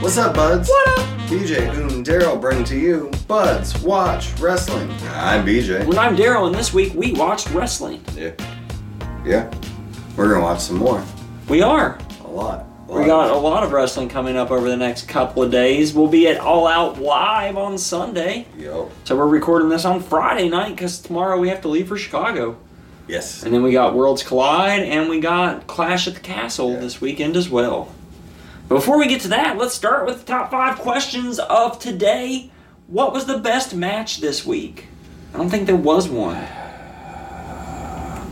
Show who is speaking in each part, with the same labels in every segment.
Speaker 1: What's up, buds? What up? BJ, Boone, and Daryl bring to you Buds Watch Wrestling. I'm BJ.
Speaker 2: And I'm Daryl, and this week we watched wrestling.
Speaker 1: Yeah. Yeah. We're gonna watch some more.
Speaker 2: We are.
Speaker 1: A lot. A
Speaker 2: We
Speaker 1: lot.
Speaker 2: got a lot of wrestling coming up over the next couple of days. We'll be at All Out Live on Sunday.
Speaker 1: Yo.
Speaker 2: So we're recording this on Friday night because tomorrow we have to leave for Chicago.
Speaker 1: Yes.
Speaker 2: And then we got Worlds Collide and we got Clash at the Castle
Speaker 1: Yeah.
Speaker 2: this weekend as well. But before we get to that, let's start with the top five questions of today. What was the best match this week? I don't think there was one.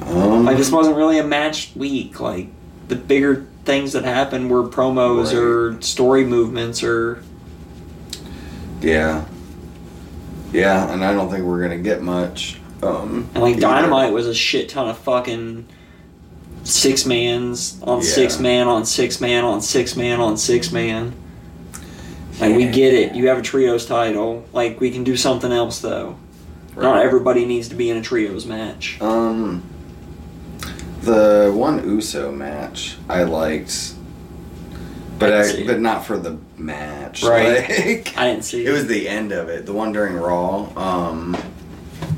Speaker 1: Um,
Speaker 2: Like this wasn't really a match week. Like the bigger things that happened were promos
Speaker 1: Right.
Speaker 2: or story movements or
Speaker 1: yeah. Yeah, and I don't think we're gonna get much. Um,
Speaker 2: and like
Speaker 1: either.
Speaker 2: Dynamite was a shit ton of fucking six mans on
Speaker 1: Yeah.
Speaker 2: six man on six man on six man on six man. Like we get it. You have a trios title. Like we can do something else though. Not
Speaker 1: Right.
Speaker 2: everybody needs to be in a trios match.
Speaker 1: Um, the one Uso match I liked, but
Speaker 2: Let's see.
Speaker 1: I, but not for the match.
Speaker 2: Right.
Speaker 1: Like,
Speaker 2: I didn't see.
Speaker 1: it was the end of it, the one during Raw. Um,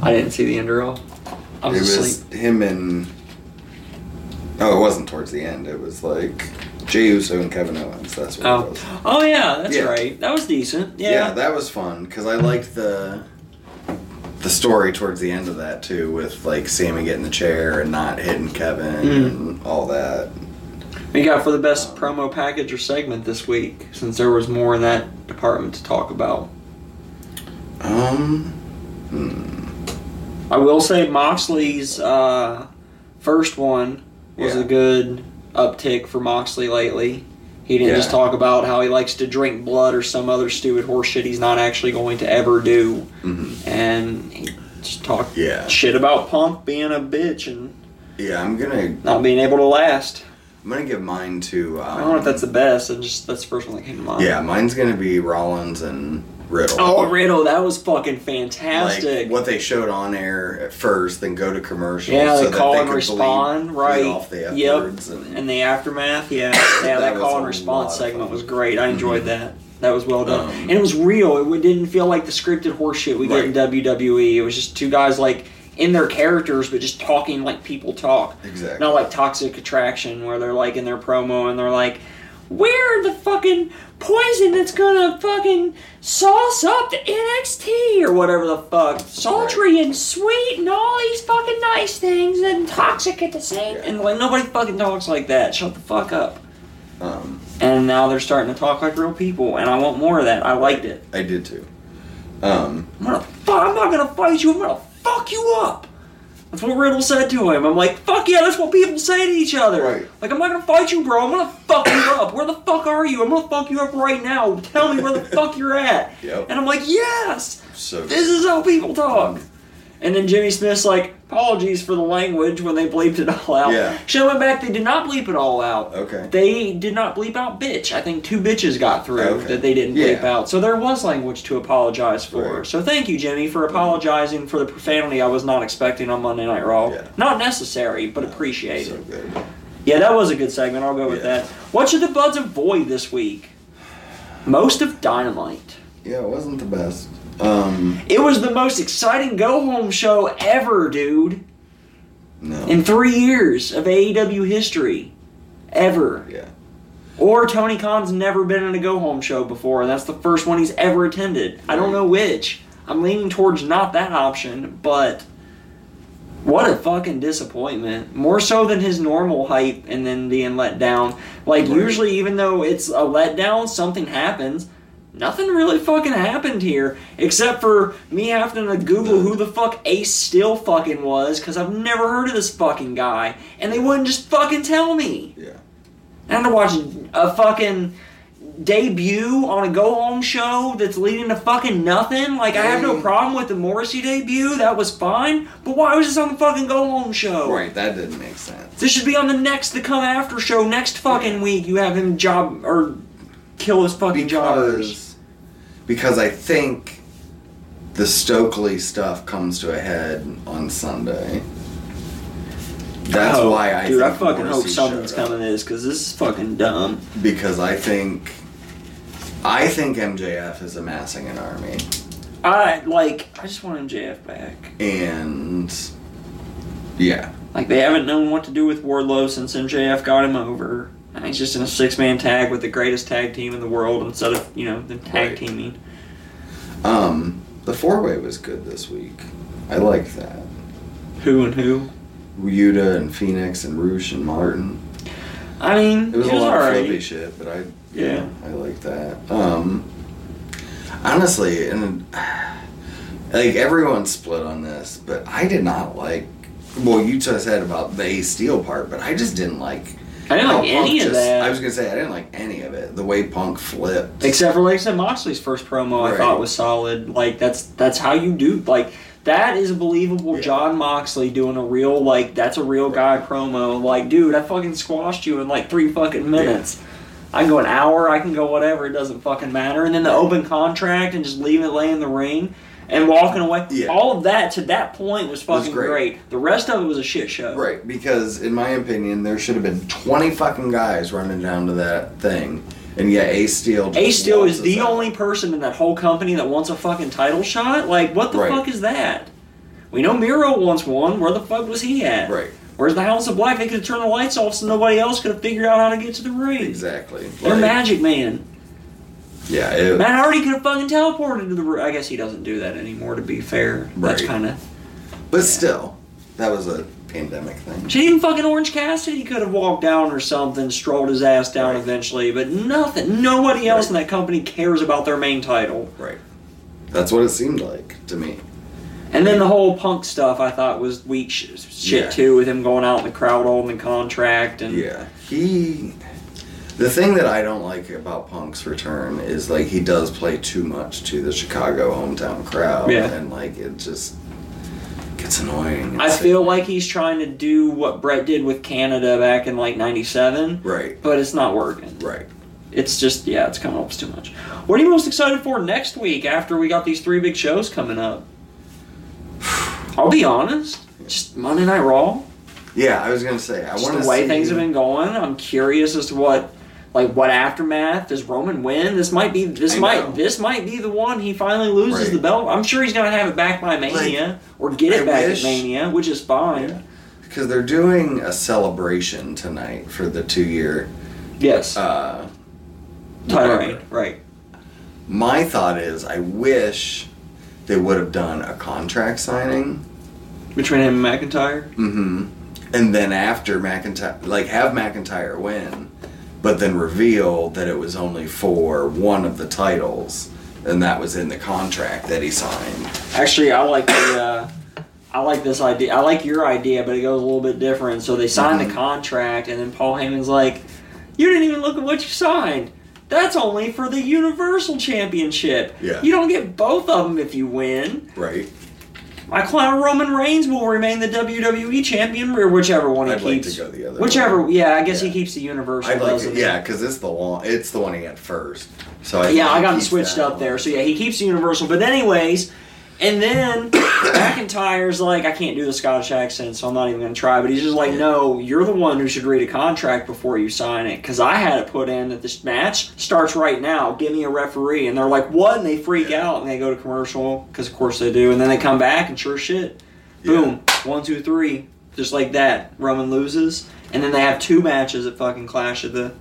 Speaker 2: I didn't see the end roll. I was
Speaker 1: it was
Speaker 2: asleep.
Speaker 1: him and. Oh, it wasn't towards the end. It was like Jey Uso and Kevin Owens. That's what it was.
Speaker 2: Oh, oh yeah, that's
Speaker 1: Yeah.
Speaker 2: right. That was decent.
Speaker 1: Yeah.
Speaker 2: yeah
Speaker 1: that was fun because I liked the the story towards the end of that too, with like Sammy getting the chair and not hitting Kevin
Speaker 2: Mm.
Speaker 1: and all that.
Speaker 2: We got for the best promo package or segment this week, since there was more in that department to talk about.
Speaker 1: Um, hmm.
Speaker 2: I will say Moxley's uh, first one was
Speaker 1: Yeah.
Speaker 2: a good uptick for Moxley lately. He didn't just
Speaker 1: Yeah.
Speaker 2: talk about how he likes to drink blood or some other stupid horseshit he's not actually going to ever do, Mm-hmm.
Speaker 1: Mhm.
Speaker 2: and he just talked
Speaker 1: Yeah.
Speaker 2: shit about Punk being a bitch and
Speaker 1: yeah, I'm gonna
Speaker 2: not being able to last.
Speaker 1: I'm gonna give mine to. Um,
Speaker 2: I don't know if that's the best. I just that's the first one that came to mind.
Speaker 1: Yeah, mine's gonna be Rollins and Riddle.
Speaker 2: Oh, Riddle, that was fucking
Speaker 1: like
Speaker 2: fantastic.
Speaker 1: what they showed on air at first, then go to commercial.
Speaker 2: Yeah,
Speaker 1: so
Speaker 2: they
Speaker 1: that
Speaker 2: call and
Speaker 1: could
Speaker 2: respond,
Speaker 1: bleed,
Speaker 2: right.
Speaker 1: bleed off the F
Speaker 2: Yep.
Speaker 1: words and,
Speaker 2: and the aftermath, yeah, yeah, that,
Speaker 1: That was
Speaker 2: call
Speaker 1: a
Speaker 2: and response
Speaker 1: lot of
Speaker 2: segment
Speaker 1: fun. Mm-hmm.
Speaker 2: was great. I enjoyed that. That was well done,
Speaker 1: Um,
Speaker 2: and it was real. It w- didn't feel like the scripted horseshit we
Speaker 1: Right.
Speaker 2: get in WWE. It was just two guys like in their characters, but just talking like people talk,
Speaker 1: exactly.
Speaker 2: not like Toxic Attraction where they're like in their promo and they're like. We're the fucking poison that's gonna fucking sauce up the NXT or whatever the fuck. Sultry and sweet and all these fucking nice things and toxic at the same.
Speaker 1: Yeah.
Speaker 2: And like nobody fucking talks like that. Shut the fuck up.
Speaker 1: um,
Speaker 2: And now they're starting to talk like real people, and I want more of that. I liked it.
Speaker 1: I did too. Um,
Speaker 2: I'm gonna fuck. I'm not gonna fight you. I'm gonna fuck you up. That's what Riddle said to him. I'm like, fuck yeah, that's what people say to each other.
Speaker 1: Right.
Speaker 2: Like, I'm not gonna fight you, bro. I'm gonna fuck you up. Where the fuck are you? I'm gonna fuck you up right now. Tell me where the fuck you're at.
Speaker 1: Yep.
Speaker 2: And I'm like, yes,
Speaker 1: so
Speaker 2: this is how people talk. And then Jimmy Smith's like, apologies for the language when they bleeped it all out.
Speaker 1: Yeah.
Speaker 2: She went back, they did not bleep it all out.
Speaker 1: Okay.
Speaker 2: They did not bleep out bitch. I think two bitches got through
Speaker 1: Okay.
Speaker 2: that they didn't bleep
Speaker 1: Yeah.
Speaker 2: out. So there was language to apologize for.
Speaker 1: Right.
Speaker 2: So thank you, Jimmy, for apologizing for the profanity I was not expecting on Monday Night Raw.
Speaker 1: Yeah.
Speaker 2: Not necessary, but appreciated.
Speaker 1: so good.
Speaker 2: Yeah, that was a good segment. I'll go with
Speaker 1: Yeah.
Speaker 2: that. What should the Buds avoid this week? Most of Dynamite.
Speaker 1: Yeah, it wasn't the best. Um,
Speaker 2: It was the most exciting go home show ever, dude.
Speaker 1: no.
Speaker 2: In three years of AEW history. Ever.
Speaker 1: yeah.
Speaker 2: Or Tony Khan's never been in a go home show before, and that's the first one he's ever attended. I don't know which. I'm leaning towards not that option, but what a fucking disappointment. More so than his normal hype and then being let down. Like,
Speaker 1: Right.
Speaker 2: usually, even though it's a letdown, something happens. Nothing really fucking happened here, except for me having to Google who the fuck Ace Still fucking was, because I've never heard of this fucking guy, and they wouldn't just fucking tell me.
Speaker 1: Yeah.
Speaker 2: I had to watch a fucking debut on a go home show that's leading to fucking nothing. Like I have no
Speaker 1: Mm.
Speaker 2: problem with the Morrissey debut, that was fine. But why was this on the fucking go home show?
Speaker 1: Right, that didn't make sense.
Speaker 2: This should be on the next the come after show next fucking week. You have him job or kill his fucking jobbers.
Speaker 1: Because, because I think the Stokely stuff comes to a head on Sunday. That's
Speaker 2: I hope-
Speaker 1: why I
Speaker 2: Oh, dude.
Speaker 1: think
Speaker 2: I fucking hope
Speaker 1: Morrissey
Speaker 2: something's
Speaker 1: showed up.
Speaker 2: coming to this because this is fucking dumb.
Speaker 1: Because I think I think MJF is amassing an army,
Speaker 2: I like. I just want MJF back.
Speaker 1: and yeah,
Speaker 2: Like they haven't known what to do with Wardlow since MJF got him over. And he's just in a six man tag with the greatest tag team in the world instead of, you know, them tag
Speaker 1: Right.
Speaker 2: teaming.
Speaker 1: um, the four way was good this week. I like that.
Speaker 2: Who and who.
Speaker 1: Ryuta and Phoenix and Roosh and Martin.
Speaker 2: I mean,
Speaker 1: It was, a lot of flippy
Speaker 2: alright.
Speaker 1: shit, but I
Speaker 2: Yeah.
Speaker 1: I like that. Um, honestly, and like everyone split on this, but I did not like. Well, you just said about the Ace Steel part, but I just didn't like.
Speaker 2: I didn't
Speaker 1: how
Speaker 2: like
Speaker 1: Punk
Speaker 2: any of
Speaker 1: just-
Speaker 2: that.
Speaker 1: I was gonna say I didn't like any of it. The way Punk flipped.
Speaker 2: Except for like I said, Moxley's first promo I
Speaker 1: Right.
Speaker 2: thought was solid. Like that's that's how you do like that is a believable
Speaker 1: Yeah.
Speaker 2: John Moxley doing a real like that's a real guy promo. Like, dude, I fucking squashed you in like three fucking minutes. I can go an hour, I can go whatever, it doesn't fucking matter. And then the open contract and just leaving it lay in the ring and walking away.
Speaker 1: Yeah.
Speaker 2: All of that to that point was fucking
Speaker 1: great.
Speaker 2: great. The rest of it was a shit show.
Speaker 1: Right, because in my opinion, there should have been twenty fucking guys running down to that thing, and yet Ace Steel. just
Speaker 2: Ace Steel is
Speaker 1: waltzes
Speaker 2: the
Speaker 1: out.
Speaker 2: only person in that whole company that wants a fucking title shot. Like, what the
Speaker 1: Right.
Speaker 2: fuck is that? We know Miro wants one. Where the fuck was he at?
Speaker 1: Right,
Speaker 2: Where's the House of Black? They could have turned the lights off so nobody else could have figured out how to get to the ring.
Speaker 1: exactly.
Speaker 2: They're
Speaker 1: Like,
Speaker 2: Magic Man.
Speaker 1: Yeah, it,
Speaker 2: Matt Hardy could have fucking teleported to the ring. I guess he doesn't do that anymore, to be fair. That's
Speaker 1: Right.
Speaker 2: kind of.
Speaker 1: but still, that was a pandemic thing.
Speaker 2: Shit, even fucking Orange Cassidy could have walked down or something, strolled his ass down
Speaker 1: Right.
Speaker 2: eventually, but nothing. Nobody else in that company cares about their main title.
Speaker 1: Right. That's what it seemed like to me.
Speaker 2: And then the whole punk stuff I thought was weak sh- shit
Speaker 1: Yeah.
Speaker 2: too, with him going out in the crowd holding the contract and
Speaker 1: Yeah. He. The thing that I don't like about Punk's return is like he does play too much to the Chicago hometown crowd.
Speaker 2: Yeah.
Speaker 1: And like it just gets annoying.
Speaker 2: I
Speaker 1: It's like-
Speaker 2: feel like he's trying to do what Brett did with Canada back in like '97,
Speaker 1: Right.
Speaker 2: but it's not working.
Speaker 1: Right.
Speaker 2: It's just yeah, it's coming up too much. What are you most excited for next week after we got these three big shows coming up? I'll be honest, just Monday Night Raw.
Speaker 1: Yeah, I was gonna say I
Speaker 2: just
Speaker 1: want to
Speaker 2: the way
Speaker 1: see,
Speaker 2: things have been going. I'm curious as to what, like, what aftermath does Roman win? This might be this
Speaker 1: I
Speaker 2: might
Speaker 1: know.
Speaker 2: this might be the one he finally loses
Speaker 1: Right.
Speaker 2: the belt. I'm sure he's gonna have it back by Mania or get it
Speaker 1: I
Speaker 2: back
Speaker 1: wish-
Speaker 2: at Mania, which is fine.
Speaker 1: Yeah. because they're doing a celebration tonight for the two year
Speaker 2: Yes,
Speaker 1: uh,
Speaker 2: title
Speaker 1: whatever.
Speaker 2: reign, right?
Speaker 1: My thought is, I wish they would have done a contract signing.
Speaker 2: Between him and McIntyre,
Speaker 1: hmm And then after McIntyre, like have McIntyre win, but then reveal that it was only for one of the titles, and that was in the contract that he signed.
Speaker 2: actually, I like the. Uh, I like this idea. I like your idea, but it goes a little bit different. So they signed
Speaker 1: Mm-hmm.
Speaker 2: the contract, and then Paul Heyman's like, "You didn't even look at what you signed. That's only for the Universal Championship.
Speaker 1: Yeah.
Speaker 2: You don't get both of them if you win.
Speaker 1: Right.
Speaker 2: My client Roman Reigns will remain the WWE champion, or whichever one he
Speaker 1: I'd like
Speaker 2: keeps.
Speaker 1: to go the other.
Speaker 2: whichever,
Speaker 1: Way.
Speaker 2: yeah, I guess
Speaker 1: Yeah.
Speaker 2: he keeps the Universal.
Speaker 1: I'd like
Speaker 2: doesn't
Speaker 1: to,
Speaker 2: he?
Speaker 1: yeah, because it's the long, it's the one he had first. So I
Speaker 2: Yeah, I got him
Speaker 1: keep
Speaker 2: switched
Speaker 1: that
Speaker 2: up
Speaker 1: one.
Speaker 2: there. So yeah, he keeps the Universal. But anyways, and then McIntyre's like, I can't do the Scottish accent, so I'm not even going to try. But he's just like, No, you're the one who should read a contract before you sign it, because I had it put in that this match starts right now. Give me a referee, and they're like, What? And they freak out and they go to commercial because of course they do, and then they come back and sure shit, boom, one, two, three, just like that. Roman loses, and then they have two matches at fucking Clash of the.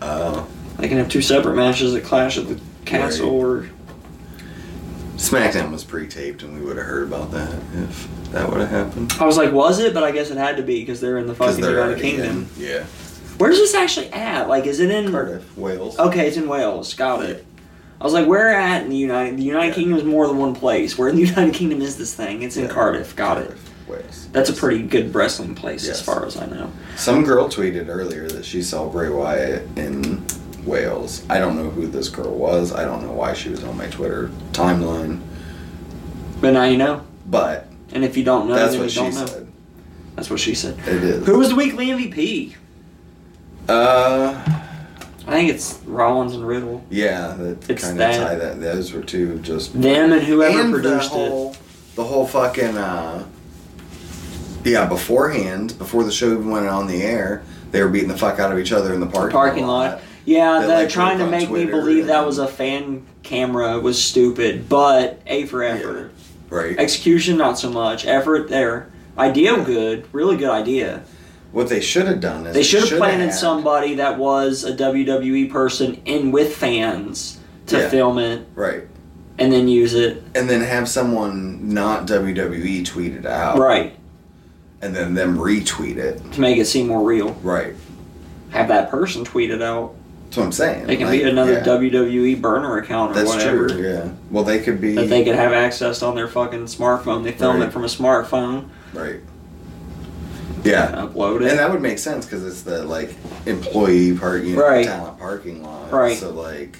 Speaker 1: Uh,
Speaker 2: They can have two separate matches at Clash at the Castle or
Speaker 1: SmackDown was pre-taped, and we would have heard about that if that would have happened.
Speaker 2: I was like, was it? But I guess it had to be because they're in the
Speaker 1: Because
Speaker 2: fucking
Speaker 1: they're
Speaker 2: United
Speaker 1: already
Speaker 2: Kingdom.
Speaker 1: in. Yeah.
Speaker 2: Where's this actually at? Like, is it in?
Speaker 1: Cardiff, Wales.
Speaker 2: Okay, it's in Wales. Got it. I was like, where at in the United? The United
Speaker 1: Yeah.
Speaker 2: Kingdom is more than one place. Where in the United Kingdom is this thing? It's in
Speaker 1: Yeah.
Speaker 2: Cardiff. Got it.
Speaker 1: Cardiff, Wales.
Speaker 2: That's a pretty good wrestling place as
Speaker 1: Yes.
Speaker 2: far as I know.
Speaker 1: Some girl tweeted earlier that she saw Bray Wyatt in Wales. I don't know who this girl was. I don't know why she was on my Twitter timeline,
Speaker 2: But now you know.
Speaker 1: but
Speaker 2: And if you don't know,
Speaker 1: that's
Speaker 2: then
Speaker 1: what
Speaker 2: you don't
Speaker 1: she
Speaker 2: know.
Speaker 1: said.
Speaker 2: That's what she said.
Speaker 1: It is.
Speaker 2: Who was the weekly MVP?
Speaker 1: Uh,
Speaker 2: I think it's Rollins and Riddle.
Speaker 1: yeah, that
Speaker 2: It's
Speaker 1: kind of
Speaker 2: that.
Speaker 1: tie that. Those were two just
Speaker 2: Them and whoever
Speaker 1: and
Speaker 2: produced
Speaker 1: the whole, The whole fucking uh, yeah. Beforehand, before the show even went on the air, they were beating the fuck out of each other in the
Speaker 2: it.
Speaker 1: parking
Speaker 2: Parking lot. Yeah,
Speaker 1: They,
Speaker 2: the,
Speaker 1: like, live
Speaker 2: trying to
Speaker 1: on
Speaker 2: make me
Speaker 1: Twitter
Speaker 2: believe that
Speaker 1: and-
Speaker 2: was a fan camera was stupid, but A for effort.
Speaker 1: right?
Speaker 2: Execution, not so much. Effort there. Idea, good. Really good idea.
Speaker 1: what they should have done is
Speaker 2: They should have planted
Speaker 1: had-
Speaker 2: somebody that was a WWE person in with fans to
Speaker 1: Yeah.
Speaker 2: film it
Speaker 1: right,
Speaker 2: and then use it.
Speaker 1: and then have someone not WWE tweet it out,
Speaker 2: Right.
Speaker 1: and then them retweet it,
Speaker 2: To make it seem more real.
Speaker 1: right?
Speaker 2: Have that person tweet it out.
Speaker 1: That's what I'm saying.
Speaker 2: It can
Speaker 1: Like,
Speaker 2: be another
Speaker 1: yeah,
Speaker 2: WWE burner account or
Speaker 1: That's
Speaker 2: whatever.
Speaker 1: true. Yeah. Well, they could be
Speaker 2: That they could have access on their fucking smartphone. They film
Speaker 1: Right.
Speaker 2: it from a smartphone,
Speaker 1: right. Yeah,
Speaker 2: upload Oh, it.
Speaker 1: and that would make sense because it's the like employee parking,
Speaker 2: Right.
Speaker 1: talent parking lot,
Speaker 2: Right.
Speaker 1: So like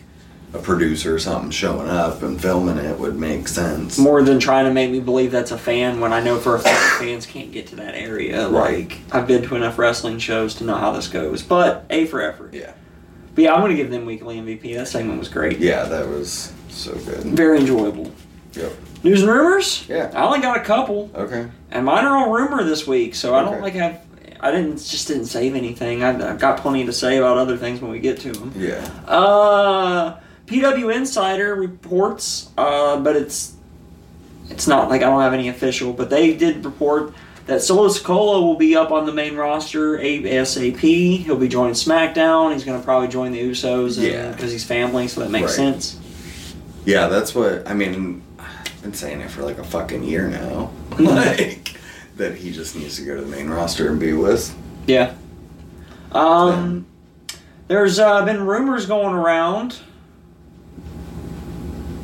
Speaker 1: a producer or something showing up and filming it would make sense,
Speaker 2: more than trying to make me believe that's a fan when I know for a fact fans can't get to that area.
Speaker 1: Right.
Speaker 2: Like I've been to enough wrestling shows to know how this goes. But A for effort.
Speaker 1: Yeah,
Speaker 2: But yeah, I'm gonna give them weekly MVP. That segment was great.
Speaker 1: yeah, that was so good.
Speaker 2: Very enjoyable.
Speaker 1: Yep.
Speaker 2: News and rumors?
Speaker 1: Yeah.
Speaker 2: I only got a couple.
Speaker 1: Okay.
Speaker 2: And mine are all rumor this week, so I don't
Speaker 1: Okay.
Speaker 2: like have I didn't just didn't save anything. I've, I've got plenty to say about other things when we get to them.
Speaker 1: Yeah.
Speaker 2: Uh, PW Insider reports, uh, but it's it's not like I don't have any official, but they did report that Solo Sokola will be up on the main roster ASAP. He'll be joining SmackDown. He's going to probably join the Usos
Speaker 1: Yeah.
Speaker 2: because he's family, so that makes
Speaker 1: Right.
Speaker 2: sense.
Speaker 1: Yeah, that's what I mean. I've been saying it for like a fucking year now. like that he just needs to go to the main roster and be with.
Speaker 2: Yeah. Um, there's uh, been rumors going around.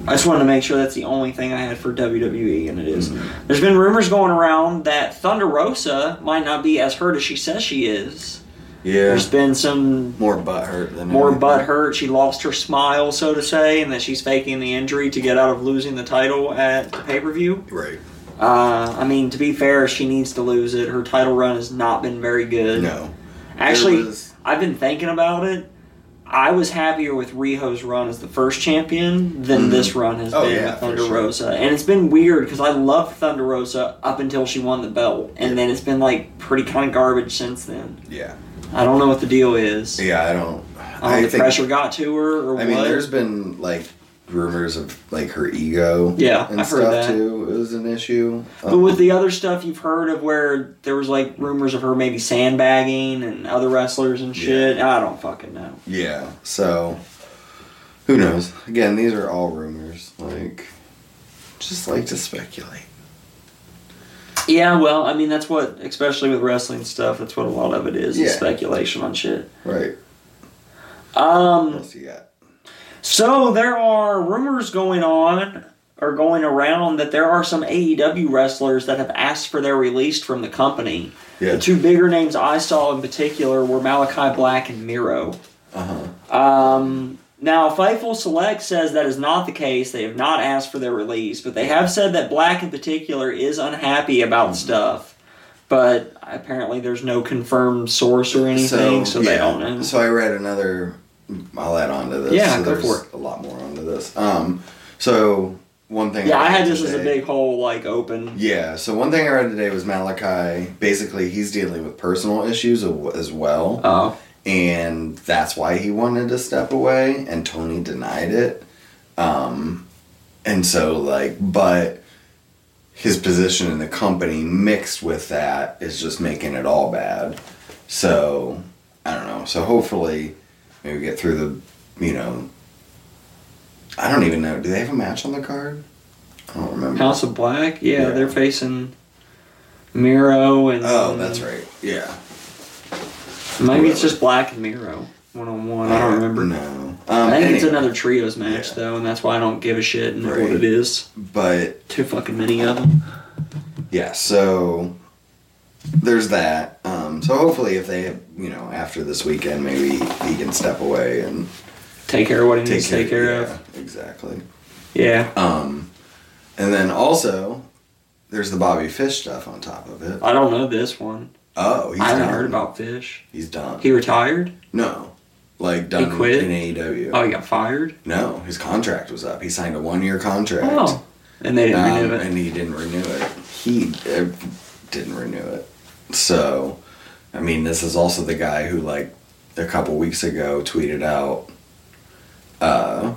Speaker 2: I just wanted to make sure that's the only thing I had for WWE, and it is.
Speaker 1: Mm-hmm.
Speaker 2: There's been rumors going around that Thunder Rosa might not be as hurt as she says she is.
Speaker 1: Yeah.
Speaker 2: There's been some
Speaker 1: More butthurt than
Speaker 2: more
Speaker 1: anything.
Speaker 2: butthurt. She lost her smile, so to say, and that she's faking the injury to get out of losing the title at the pay per view.
Speaker 1: Right.
Speaker 2: Uh, I mean, to be fair, she needs to lose it. Her title run has not been very good.
Speaker 1: No.
Speaker 2: Actually,
Speaker 1: There was-
Speaker 2: I've been thinking about it. I was happier with Riho's run as the first champion than
Speaker 1: Mhm.
Speaker 2: this run has
Speaker 1: Oh,
Speaker 2: been
Speaker 1: yeah,
Speaker 2: with
Speaker 1: for
Speaker 2: Thunder
Speaker 1: sure.
Speaker 2: Rosa. And it's been weird because I loved Thunder Rosa up until she won the belt. And
Speaker 1: Yeah.
Speaker 2: then it's been like pretty kind of garbage since then.
Speaker 1: Yeah.
Speaker 2: I don't know what the deal is.
Speaker 1: Yeah. I don't. I
Speaker 2: I don't know if Um, the
Speaker 1: think.
Speaker 2: pressure got to her or
Speaker 1: I
Speaker 2: what.
Speaker 1: mean, there's uh, been like rumors of like her ego.
Speaker 2: Yeah,
Speaker 1: And
Speaker 2: I've
Speaker 1: stuff
Speaker 2: heard that.
Speaker 1: too is an issue. Um,
Speaker 2: But with the other stuff you've heard of where there was like rumors of her maybe sandbagging and other wrestlers and shit, I don't fucking know.
Speaker 1: Yeah. So who knows? Again, these are all rumors. Like, just like to speculate.
Speaker 2: Yeah, well, I mean, that's what, especially with wrestling stuff, that's what a lot of it is,
Speaker 1: Yeah.
Speaker 2: is speculation on shit.
Speaker 1: Right. What
Speaker 2: Um,
Speaker 1: else you got?
Speaker 2: so there are rumors going on or going around that there are some AEW wrestlers that have asked for their release from the company.
Speaker 1: Yeah.
Speaker 2: The two bigger names I saw in particular were Malachi Black and Miro.
Speaker 1: Uh huh.
Speaker 2: Um, now, Fightful Select says that is not the case. They have not asked for their release, but they have said that Black in particular is unhappy
Speaker 1: Mm-hmm.
Speaker 2: about stuff. But apparently, there's no confirmed source or anything, so, they
Speaker 1: yeah.
Speaker 2: don't know.
Speaker 1: So I read another. I'll add on to this.
Speaker 2: Yeah,
Speaker 1: so
Speaker 2: go
Speaker 1: there's
Speaker 2: for it.
Speaker 1: A lot more onto this. Um, so one thing.
Speaker 2: yeah, I
Speaker 1: read
Speaker 2: had this as a
Speaker 1: today-
Speaker 2: big hole, like open.
Speaker 1: Yeah, so one thing I read today was Malachi. Basically, he's dealing with personal issues a- as well,
Speaker 2: Oh,
Speaker 1: and that's why he wanted to step away. And Tony denied it. Um, and so like, but his position in the company mixed with that is just making it all bad. So I don't know. So hopefully, maybe get through the, you know. I don't even know. Do they have a match on the card? I don't remember.
Speaker 2: House of Black. Yeah,
Speaker 1: Yeah.
Speaker 2: they're facing Miro and.
Speaker 1: Oh, that's right. Yeah.
Speaker 2: Maybe it's just Black and Miro one on one. I don't remember.
Speaker 1: No. Um,
Speaker 2: I think it's
Speaker 1: anyway,
Speaker 2: another trios match
Speaker 1: Yeah.
Speaker 2: though, and that's why I don't give a shit and know
Speaker 1: Right.
Speaker 2: what it is.
Speaker 1: But
Speaker 2: Too fucking many of them.
Speaker 1: yeah, so there's that. Um, so hopefully, if they, you know, after this weekend, maybe he can step away and
Speaker 2: take care of what he needs to take care
Speaker 1: yeah,
Speaker 2: of.
Speaker 1: Exactly.
Speaker 2: Yeah.
Speaker 1: Um, and then also, there's the Bobby Fish stuff on top of it.
Speaker 2: I don't know this one.
Speaker 1: Oh, he's
Speaker 2: I haven't
Speaker 1: done.
Speaker 2: heard about Fish.
Speaker 1: He's done.
Speaker 2: He retired?
Speaker 1: no, like done
Speaker 2: quit?
Speaker 1: in AEW.
Speaker 2: Oh, he got fired?
Speaker 1: No, his contract was up. He signed a one-year contract.
Speaker 2: Oh. And they didn't
Speaker 1: Um,
Speaker 2: renew it.
Speaker 1: and he didn't renew it. He uh, didn't renew it. So, I mean, this is also the guy who like a couple weeks ago tweeted out uh,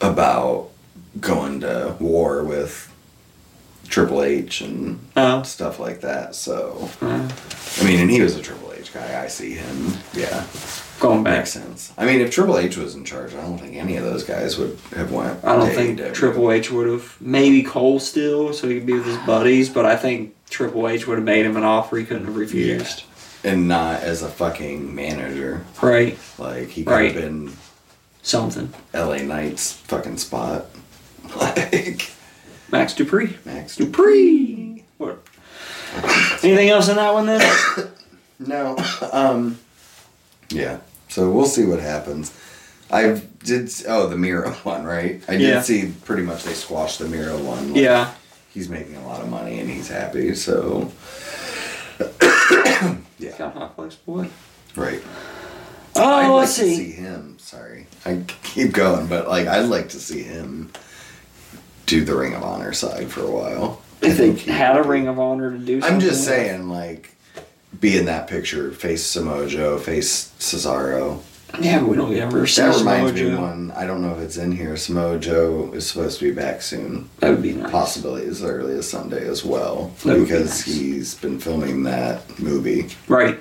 Speaker 1: about going to war with Triple H and
Speaker 2: Oh.
Speaker 1: stuff like that. So,
Speaker 2: Uh,
Speaker 1: I mean, and he was a Triple H guy. I see him. Yeah,
Speaker 2: going back.
Speaker 1: makes sense. I mean, if Triple H was in charge, I don't think any of those guys would have went.
Speaker 2: I don't
Speaker 1: to
Speaker 2: think
Speaker 1: AEW.
Speaker 2: Triple H would have. Maybe Cole still, so he could be with his buddies, but I think Triple H would have made him an offer he couldn't have refused.
Speaker 1: and not as a fucking manager.
Speaker 2: Right?
Speaker 1: Like he could have
Speaker 2: Right.
Speaker 1: been
Speaker 2: Something.
Speaker 1: LA Knight's fucking spot. Like
Speaker 2: Max Dupree.
Speaker 1: Max
Speaker 2: Dupree! What? Anything else in that one then?
Speaker 1: No. Um Yeah. So we'll see what happens. I did oh the Miro one, right? I did
Speaker 2: Yeah.
Speaker 1: see pretty much they squashed the Miro one. Like,
Speaker 2: yeah.
Speaker 1: He's making a lot of money and he's happy, so yeah.
Speaker 2: Got my flexible way.
Speaker 1: Right.
Speaker 2: Oh,
Speaker 1: I'd like
Speaker 2: let's
Speaker 1: to
Speaker 2: see.
Speaker 1: see him. Sorry, I keep going, but like I'd like to see him do the Ring of Honor side for a while. I
Speaker 2: If
Speaker 1: think
Speaker 2: they
Speaker 1: he
Speaker 2: had a
Speaker 1: would be-
Speaker 2: ring of honor to do something.
Speaker 1: I'm just
Speaker 2: with.
Speaker 1: saying, like, be in that picture, face Samoa Joe, face Cesaro.
Speaker 2: Yeah, but we don't ever see
Speaker 1: That reminds me
Speaker 2: Samoa
Speaker 1: of
Speaker 2: Joe.
Speaker 1: one. I don't know if it's in here. Samoa Joe is supposed to be back soon,
Speaker 2: That would be nice.
Speaker 1: possibly as early as Sunday as well,
Speaker 2: That would be
Speaker 1: because
Speaker 2: nice.
Speaker 1: he's been filming that movie.
Speaker 2: Right.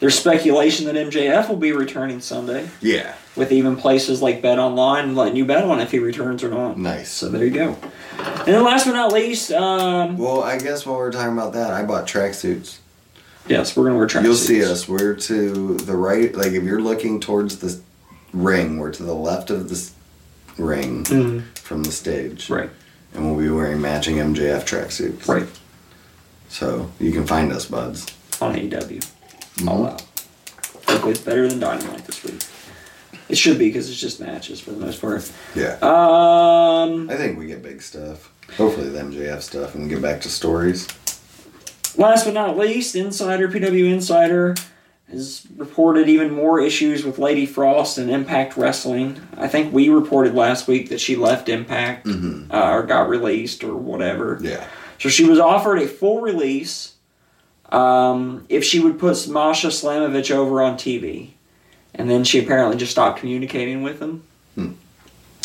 Speaker 2: There's speculation that MJF will be returning Sunday,
Speaker 1: Yeah,
Speaker 2: with even places like Bet Online letting you bet on if he returns or not.
Speaker 1: nice.
Speaker 2: So there you go. And then last but not least, um,
Speaker 1: well, I guess while we're talking about that, I bought tracksuits.
Speaker 2: yes, we're gonna wear tracksuits.
Speaker 1: You'll see us. We're to the right. Like if you're looking towards the ring, we're to the left of this ring
Speaker 2: Mm,
Speaker 1: from the stage,
Speaker 2: right,
Speaker 1: and we'll be wearing matching MJF tracksuits.
Speaker 2: right
Speaker 1: So you can find us, buds.
Speaker 2: on AEW. Oh wow, Think it's better than Dynamite this week. It should be because it's just matches for the most part.
Speaker 1: Yeah.
Speaker 2: Uh, Um,
Speaker 1: I think we get big stuff. Hopefully the MJF stuff, and we get back to stories.
Speaker 2: Last but not least, Insider PW Insider has reported even more issues with Lady Frost and Impact Wrestling. I think we reported last week that she left Impact uh, or got released or whatever.
Speaker 1: Yeah.
Speaker 2: So she was offered a full release um, if she would put Masha Slamovich over on TV. And then she apparently just stopped communicating with him.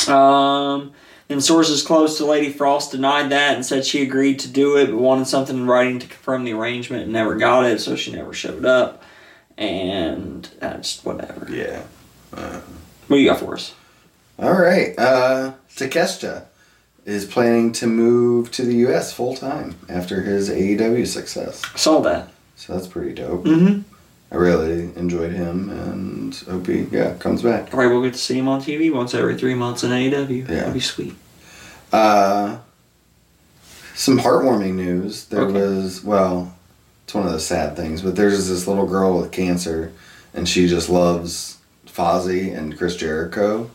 Speaker 2: Um, and sources close to Lady Frost denied that and said she agreed to do it but wanted something in writing to confirm the arrangement and never got it, so she never showed up. And that's whatever.
Speaker 1: Yeah.
Speaker 2: What do you got for us?
Speaker 1: All right. Uh, Takeshita is planning to move to the U.S. full time after his AEW success.
Speaker 2: I saw that.
Speaker 1: So that's pretty dope.
Speaker 2: Mm-hmm.
Speaker 1: I really enjoyed him, and hope he yeah comes back.
Speaker 2: Probably we'll get to see him on TV once every three months in AEW.
Speaker 1: Yeah.
Speaker 2: That'd be sweet.
Speaker 1: Uh, some heartwarming news. There
Speaker 2: Okay.
Speaker 1: was well, it's one of those sad things, but there's this little girl with cancer, and she just loves Fozzy and Chris Jericho,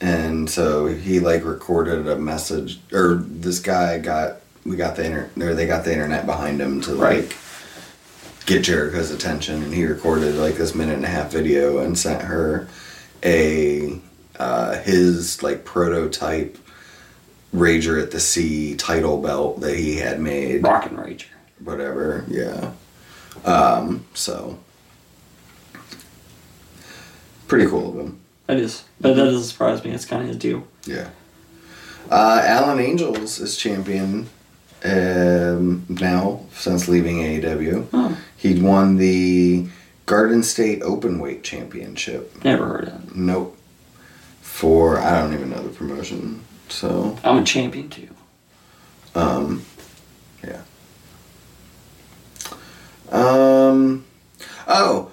Speaker 1: and so he like recorded a message, or this guy got we got the internet, or they got the internet behind him to like.
Speaker 2: Right.
Speaker 1: Get Jericho's attention, and he recorded like this minute and a half video and sent her a uh, his like prototype Rager at the Sea title belt that he had made.
Speaker 2: Rock and Rager.
Speaker 1: Whatever, yeah. Um, so pretty cool of him.
Speaker 2: That is.
Speaker 1: Mm-hmm.
Speaker 2: But that doesn't surprise me. It's kind of his deal.
Speaker 1: Yeah. Uh, Alan Angels is champion um, now since leaving AEW.
Speaker 2: Oh,
Speaker 1: He'd won the Garden State Open Weight Championship.
Speaker 2: never heard of it.
Speaker 1: Nope. For I don't even know the promotion. So
Speaker 2: I'm a champion too.
Speaker 1: Um, yeah. Um, oh,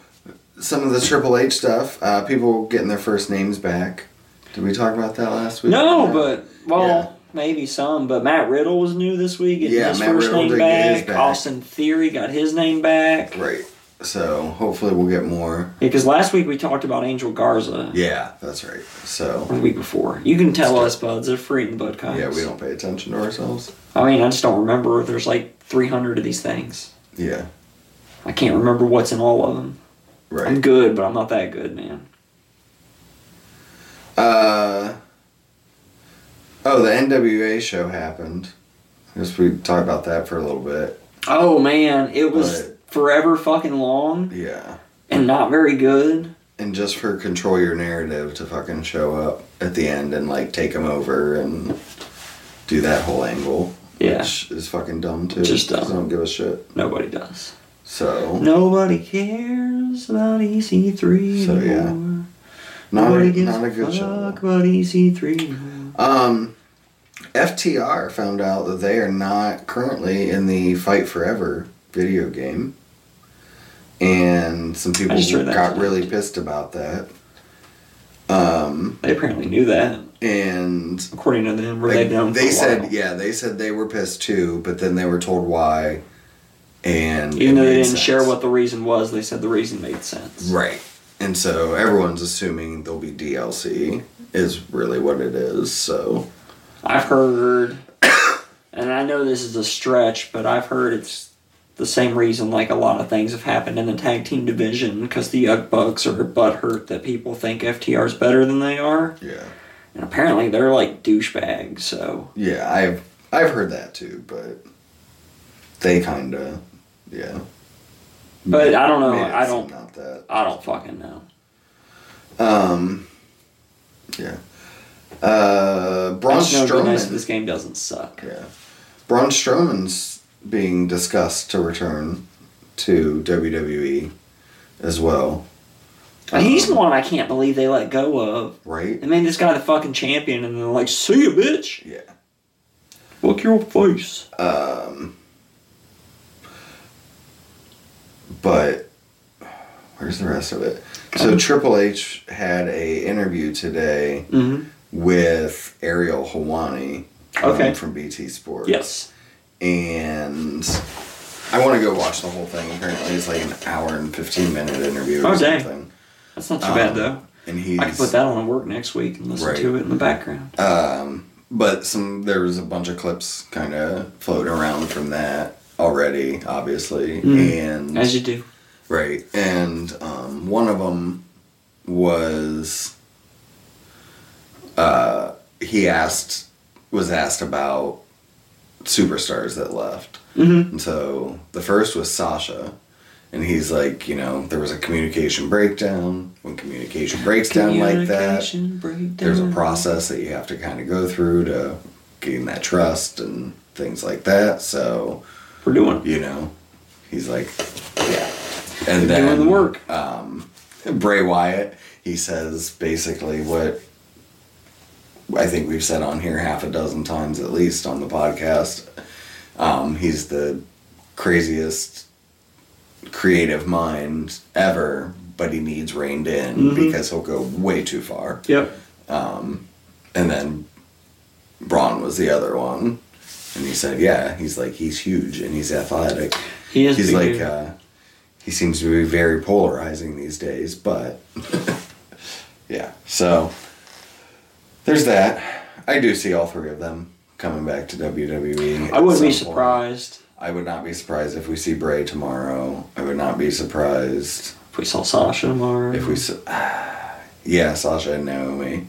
Speaker 1: some of the Triple H stuff. Uh, people getting their first names back. Did we talk about that last week?
Speaker 2: No, but well,
Speaker 1: Yeah.
Speaker 2: maybe some. But Matt Riddle was new this week. Getting
Speaker 1: Yeah,
Speaker 2: his
Speaker 1: Matt
Speaker 2: first
Speaker 1: Riddle
Speaker 2: name
Speaker 1: did get his
Speaker 2: back.
Speaker 1: back.
Speaker 2: Austin Theory got his name back.
Speaker 1: right. So hopefully we'll get more.
Speaker 2: Because last week we talked about Angel Garza.
Speaker 1: Yeah, that's right.
Speaker 2: Or
Speaker 1: So
Speaker 2: the week before. You can tell us, buds. They're free in the bud comics.
Speaker 1: yeah, we don't pay attention to ourselves.
Speaker 2: I mean, I just don't remember. There's like 300 of these things.
Speaker 1: Yeah,
Speaker 2: I can't remember what's in all of them. I'm
Speaker 1: right.
Speaker 2: good, but I'm not that good, man.
Speaker 1: Uh, oh, the NWA show happened. I guess we talked about that for a little bit.
Speaker 2: Oh man, it was
Speaker 1: But-
Speaker 2: forever fucking long
Speaker 1: Yeah.
Speaker 2: and not very good.
Speaker 1: And just for control your narrative to fucking show up at the end and like take them over and do that whole angle.
Speaker 2: Yeah.
Speaker 1: Which is fucking dumb too.
Speaker 2: Just dumb.
Speaker 1: 'cause I don't give a shit.
Speaker 2: Nobody does.
Speaker 1: So.
Speaker 2: Nobody cares about EC3
Speaker 1: So, yeah.
Speaker 2: anymore.
Speaker 1: Not,
Speaker 2: Nobody
Speaker 1: a,
Speaker 2: gives
Speaker 1: not a good
Speaker 2: fuck
Speaker 1: show.
Speaker 2: about EC3 anymore.
Speaker 1: Um, FTR found out that they are not currently in the Fight Forever video game. And some people
Speaker 2: just heard that
Speaker 1: got
Speaker 2: tonight.
Speaker 1: really pissed about that. Um,
Speaker 2: They apparently knew that,
Speaker 1: and
Speaker 2: according to them. Were
Speaker 1: like,
Speaker 2: they known? for
Speaker 1: they
Speaker 2: a
Speaker 1: said,
Speaker 2: while.
Speaker 1: yeah, they said they were pissed too, but then they were told why. And
Speaker 2: even
Speaker 1: it
Speaker 2: though they
Speaker 1: made
Speaker 2: didn't
Speaker 1: sense.
Speaker 2: share what the reason was, they said the reason made sense.
Speaker 1: Right. And so everyone's assuming there'll be DLC, is really what it is. So.
Speaker 2: I've heard, and I know this is a stretch, but I've heard it's the same reason like a lot of things have happened in the tag team division because the Ugg Bucks are butthurt that people think FTR's better than they are,
Speaker 1: Yeah.
Speaker 2: and apparently they're like douchebags. So
Speaker 1: Yeah, I've I've heard that too, but they kind of yeah.
Speaker 2: But I don't know,
Speaker 1: Made it
Speaker 2: I
Speaker 1: seem
Speaker 2: don't-
Speaker 1: not that.
Speaker 2: I don't fucking know.
Speaker 1: Um, yeah. Uh, Braun
Speaker 2: I just know it'd be nice if
Speaker 1: Strowman.
Speaker 2: this game doesn't suck.
Speaker 1: yeah, Braun Strowman's being discussed to return to WWE as well, Uh-huh. Um,
Speaker 2: And he's one I can't believe they let go of.
Speaker 1: right?
Speaker 2: And they just got a fucking champion, and they're like, "See you, bitch.
Speaker 1: Yeah.
Speaker 2: Fuck your face."
Speaker 1: Um, but where's the rest of it? So Triple H had a interview today
Speaker 2: Mm-hmm.
Speaker 1: with Ariel Hawani um,
Speaker 2: Okay.
Speaker 1: from BT Sports.
Speaker 2: Yes.
Speaker 1: And I want to go watch the whole thing. Apparently, it's like an hour and 15 minute interview or
Speaker 2: Oh, dang.
Speaker 1: something.
Speaker 2: That's not too bad
Speaker 1: Um,
Speaker 2: though.
Speaker 1: And he's
Speaker 2: I can put that on at work next week and listen
Speaker 1: Right.
Speaker 2: to it in the background.
Speaker 1: Um, but some there was a bunch of clips kind of floating around from that already,
Speaker 2: Mm.
Speaker 1: obviously, and
Speaker 2: As you do.
Speaker 1: right, and um, one of them was uh, he asked was asked about superstars that left,
Speaker 2: Mm-hmm.
Speaker 1: and so the first was Sasha. And he's like, you know, there was a communication breakdown. When communication breaks down like that, there's a process that you have to kind of go through to gain that trust and things like that. So,
Speaker 2: We're doing it.
Speaker 1: you know, he's like, yeah. And
Speaker 2: Doing
Speaker 1: then
Speaker 2: the work.
Speaker 1: Um, Bray Wyatt, he says basically what I think we've said on here half a dozen times at least on the podcast. Um, he's the craziest creative mind ever, but he needs reined in
Speaker 2: Mhm.
Speaker 1: because he'll go way too far.
Speaker 2: Yep.
Speaker 1: And then Braun was the other one. And he said, yeah, he's like, he's huge and he's athletic.
Speaker 2: He is.
Speaker 1: He's
Speaker 2: big
Speaker 1: like,
Speaker 2: dude.
Speaker 1: uh, he seems to be very polarizing these days, but yeah. So there's that. I do see all three of them coming back to WWE.
Speaker 2: I
Speaker 1: at
Speaker 2: wouldn't be
Speaker 1: some point.
Speaker 2: surprised
Speaker 1: I would not be surprised if we see Bray tomorrow. I would not be surprised
Speaker 2: if we saw Sasha tomorrow.
Speaker 1: if we. s- yeah, Sasha and Naomi.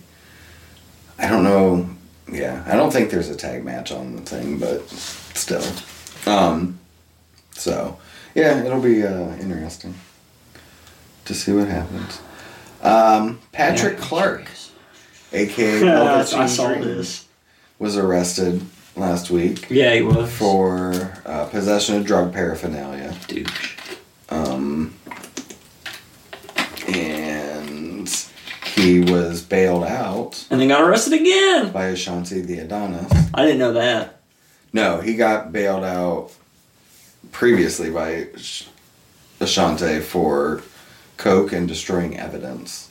Speaker 1: I don't know. Yeah, I don't think there's a tag match on the thing, but still. Um, so, yeah, it'll be uh, interesting to see what happens. Um, Patrick Clark, aka
Speaker 2: Yeah,
Speaker 1: Velveteen
Speaker 2: I saw
Speaker 1: Dream,
Speaker 2: this.
Speaker 1: was arrested last week
Speaker 2: Yeah, he was.
Speaker 1: for uh, possession of drug paraphernalia.
Speaker 2: douche.
Speaker 1: Um, and he was bailed out
Speaker 2: And then got arrested again.
Speaker 1: by Ashanti the Adonis.
Speaker 2: I didn't know that.
Speaker 1: No, he got bailed out previously by Sh- Ashante for coke and destroying evidence.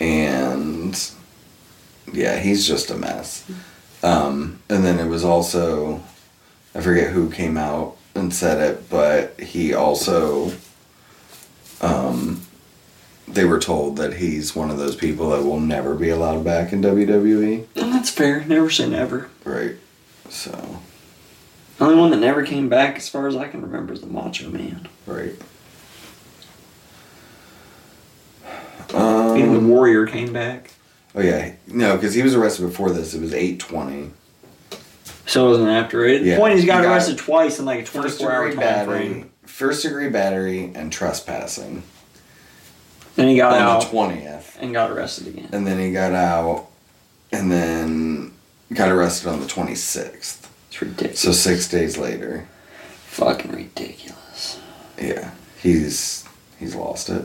Speaker 1: And yeah, he's just a mess. Um, and then it was also, I forget who came out and said it, but he also, um, they were told that he's one of those people that will never be allowed back in E. WWE.
Speaker 2: And that's fair. Never say never.
Speaker 1: Right. So.
Speaker 2: The only one that never came back, as far as I can remember, is the Macho Man.
Speaker 1: Right.
Speaker 2: Even
Speaker 1: Um,
Speaker 2: the Warrior came back.
Speaker 1: oh yeah, no, because he was arrested before this. It was eight twenty.
Speaker 2: So it wasn't after it.
Speaker 1: Yeah.
Speaker 2: The point is, he got
Speaker 1: He got
Speaker 2: arrested twice in like a 24 hour time frame.
Speaker 1: first degree battery and trespassing
Speaker 2: And he got
Speaker 1: on the
Speaker 2: out
Speaker 1: twentieth,
Speaker 2: and got arrested again.
Speaker 1: and then he got out, and then got arrested on the twenty sixth.
Speaker 2: It's ridiculous.
Speaker 1: So six days later,
Speaker 2: Fucking ridiculous.
Speaker 1: yeah, he's he's lost it.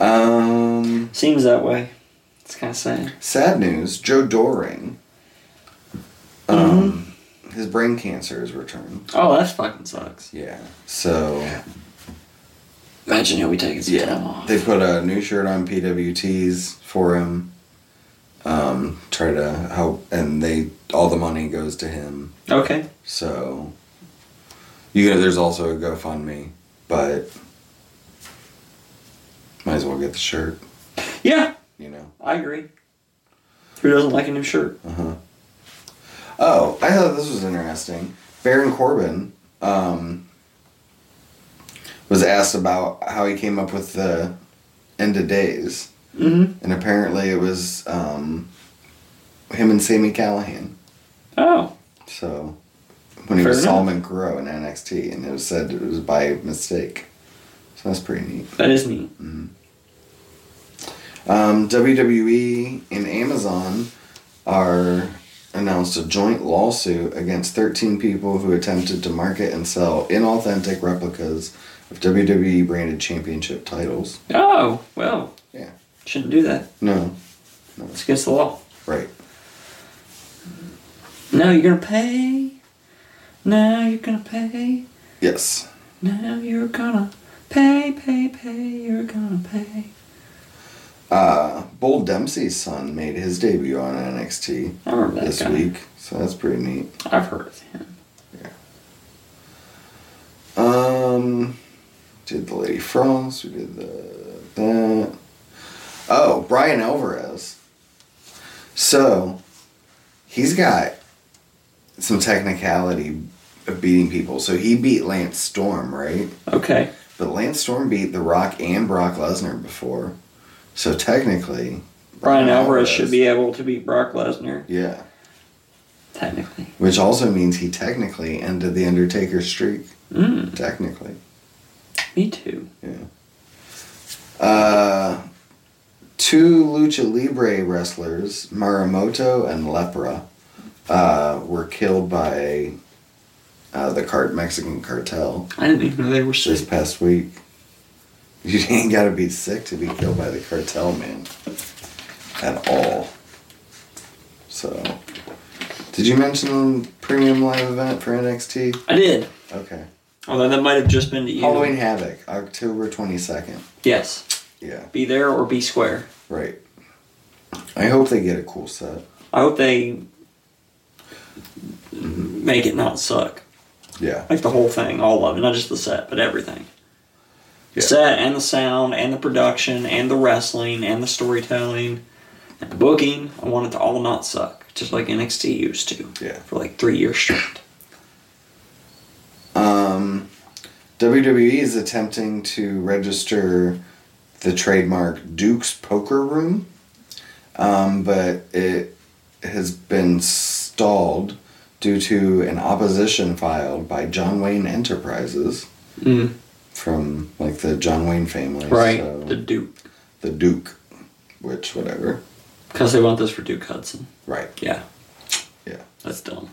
Speaker 1: Um,
Speaker 2: Seems that way. It's kind of sad.
Speaker 1: sad news: Joe Doring. Um, his brain cancer has returned.
Speaker 2: Oh, that fucking sucks.
Speaker 1: Yeah. So.
Speaker 2: Imagine he'll be taking some time
Speaker 1: Yeah,
Speaker 2: off.
Speaker 1: they put a new shirt on PWTs for him. Um, try to help, and they all the money goes to him.
Speaker 2: okay.
Speaker 1: So, you know, there's also a GoFundMe, but might as well get the shirt.
Speaker 2: Yeah,
Speaker 1: You know.
Speaker 2: I agree. Who doesn't like a new shirt?
Speaker 1: Uh huh. Oh, I thought this was interesting. Baron Corbin um, was asked about how he came up with the end of days.
Speaker 2: Mm-hmm.
Speaker 1: and apparently it was um, him and Sammy Callahan.
Speaker 2: Oh.
Speaker 1: So when he
Speaker 2: Fair
Speaker 1: was
Speaker 2: enough.
Speaker 1: Solomon Grow in NXT, and it was said it was by mistake. So that's pretty neat.
Speaker 2: That is neat.
Speaker 1: Um, WWE and Amazon are announced a joint lawsuit against 13 people who attempted to market and sell inauthentic replicas of WWE branded championship titles.
Speaker 2: Oh, well.
Speaker 1: Yeah.
Speaker 2: Shouldn't do that.
Speaker 1: No,
Speaker 2: It's against the law.
Speaker 1: right.
Speaker 2: Now you're gonna pay. Now you're gonna pay.
Speaker 1: Yes.
Speaker 2: Now you're gonna pay, pay, pay. You're gonna pay.
Speaker 1: Uh, Bull Dempsey's son made his debut on NXT
Speaker 2: I remember that
Speaker 1: this
Speaker 2: guy.
Speaker 1: week, so that's pretty neat.
Speaker 2: I've heard of him.
Speaker 1: Um, did the Lady Frost? We did the that. Oh, Brian Alvarez. So, he's got some technicality of beating people. So he beat Lance Storm, right?
Speaker 2: Okay.
Speaker 1: But Lance Storm beat The Rock and Brock Lesnar before. So technically,
Speaker 2: Brian Alvarez should be able to beat Brock Lesnar,
Speaker 1: Yeah.
Speaker 2: technically.
Speaker 1: Which also means he technically ended the Undertaker streak.
Speaker 2: Mm,
Speaker 1: Technically.
Speaker 2: me too.
Speaker 1: Uh, two Lucha Libre wrestlers, Maramoto and Lepra, uh, were killed by uh, the cart- Mexican cartel
Speaker 2: I didn't even know they were
Speaker 1: this
Speaker 2: sick.
Speaker 1: past week. You ain't gotta be sick to be killed by the cartel, man. At all. So. Did you mention the premium live event for NXT?
Speaker 2: I did.
Speaker 1: Okay.
Speaker 2: Although that might have just been to you.
Speaker 1: Halloween Havoc, October 22nd.
Speaker 2: Yes.
Speaker 1: Yeah,
Speaker 2: Be there or be square.
Speaker 1: right. I hope they get a cool set.
Speaker 2: I hope they make it not suck.
Speaker 1: Yeah.
Speaker 2: Like the whole thing, all of it, not just the set, but everything. The
Speaker 1: Yeah.
Speaker 2: set and the sound and the production and the wrestling and the storytelling and the booking. I want it to all not suck, just like NXT used to
Speaker 1: Yeah.
Speaker 2: for like three years straight.
Speaker 1: Um, WWE E is attempting to register the trademark Duke's Poker Room, um, but it has been stalled due to an opposition filed by John Wayne Enterprises
Speaker 2: Mm,
Speaker 1: from like the John Wayne family. So
Speaker 2: The
Speaker 1: the,
Speaker 2: Duke.
Speaker 1: Duke, which whatever.
Speaker 2: Because they want this for Duke Hudson.
Speaker 1: Right.
Speaker 2: Yeah.
Speaker 1: Yeah.
Speaker 2: That's dumb.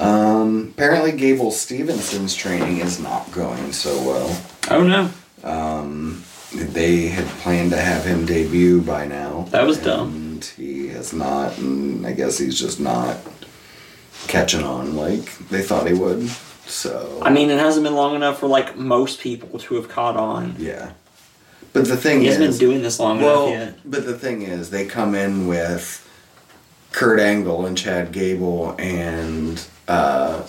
Speaker 1: Um, apparently, Gable Stevenson's training is not going so well.
Speaker 2: Oh no.
Speaker 1: They had planned to have him debut by now.
Speaker 2: That was dumb.
Speaker 1: And he has not, and I guess he's just not catching on like they thought he would. So,
Speaker 2: I mean, it hasn't been long enough for like most people to have caught on.
Speaker 1: yeah. But the thing
Speaker 2: He
Speaker 1: is,
Speaker 2: hasn't been doing this long
Speaker 1: well,
Speaker 2: enough
Speaker 1: but the thing is, they come in with Kurt Angle and Chad Gable and uh,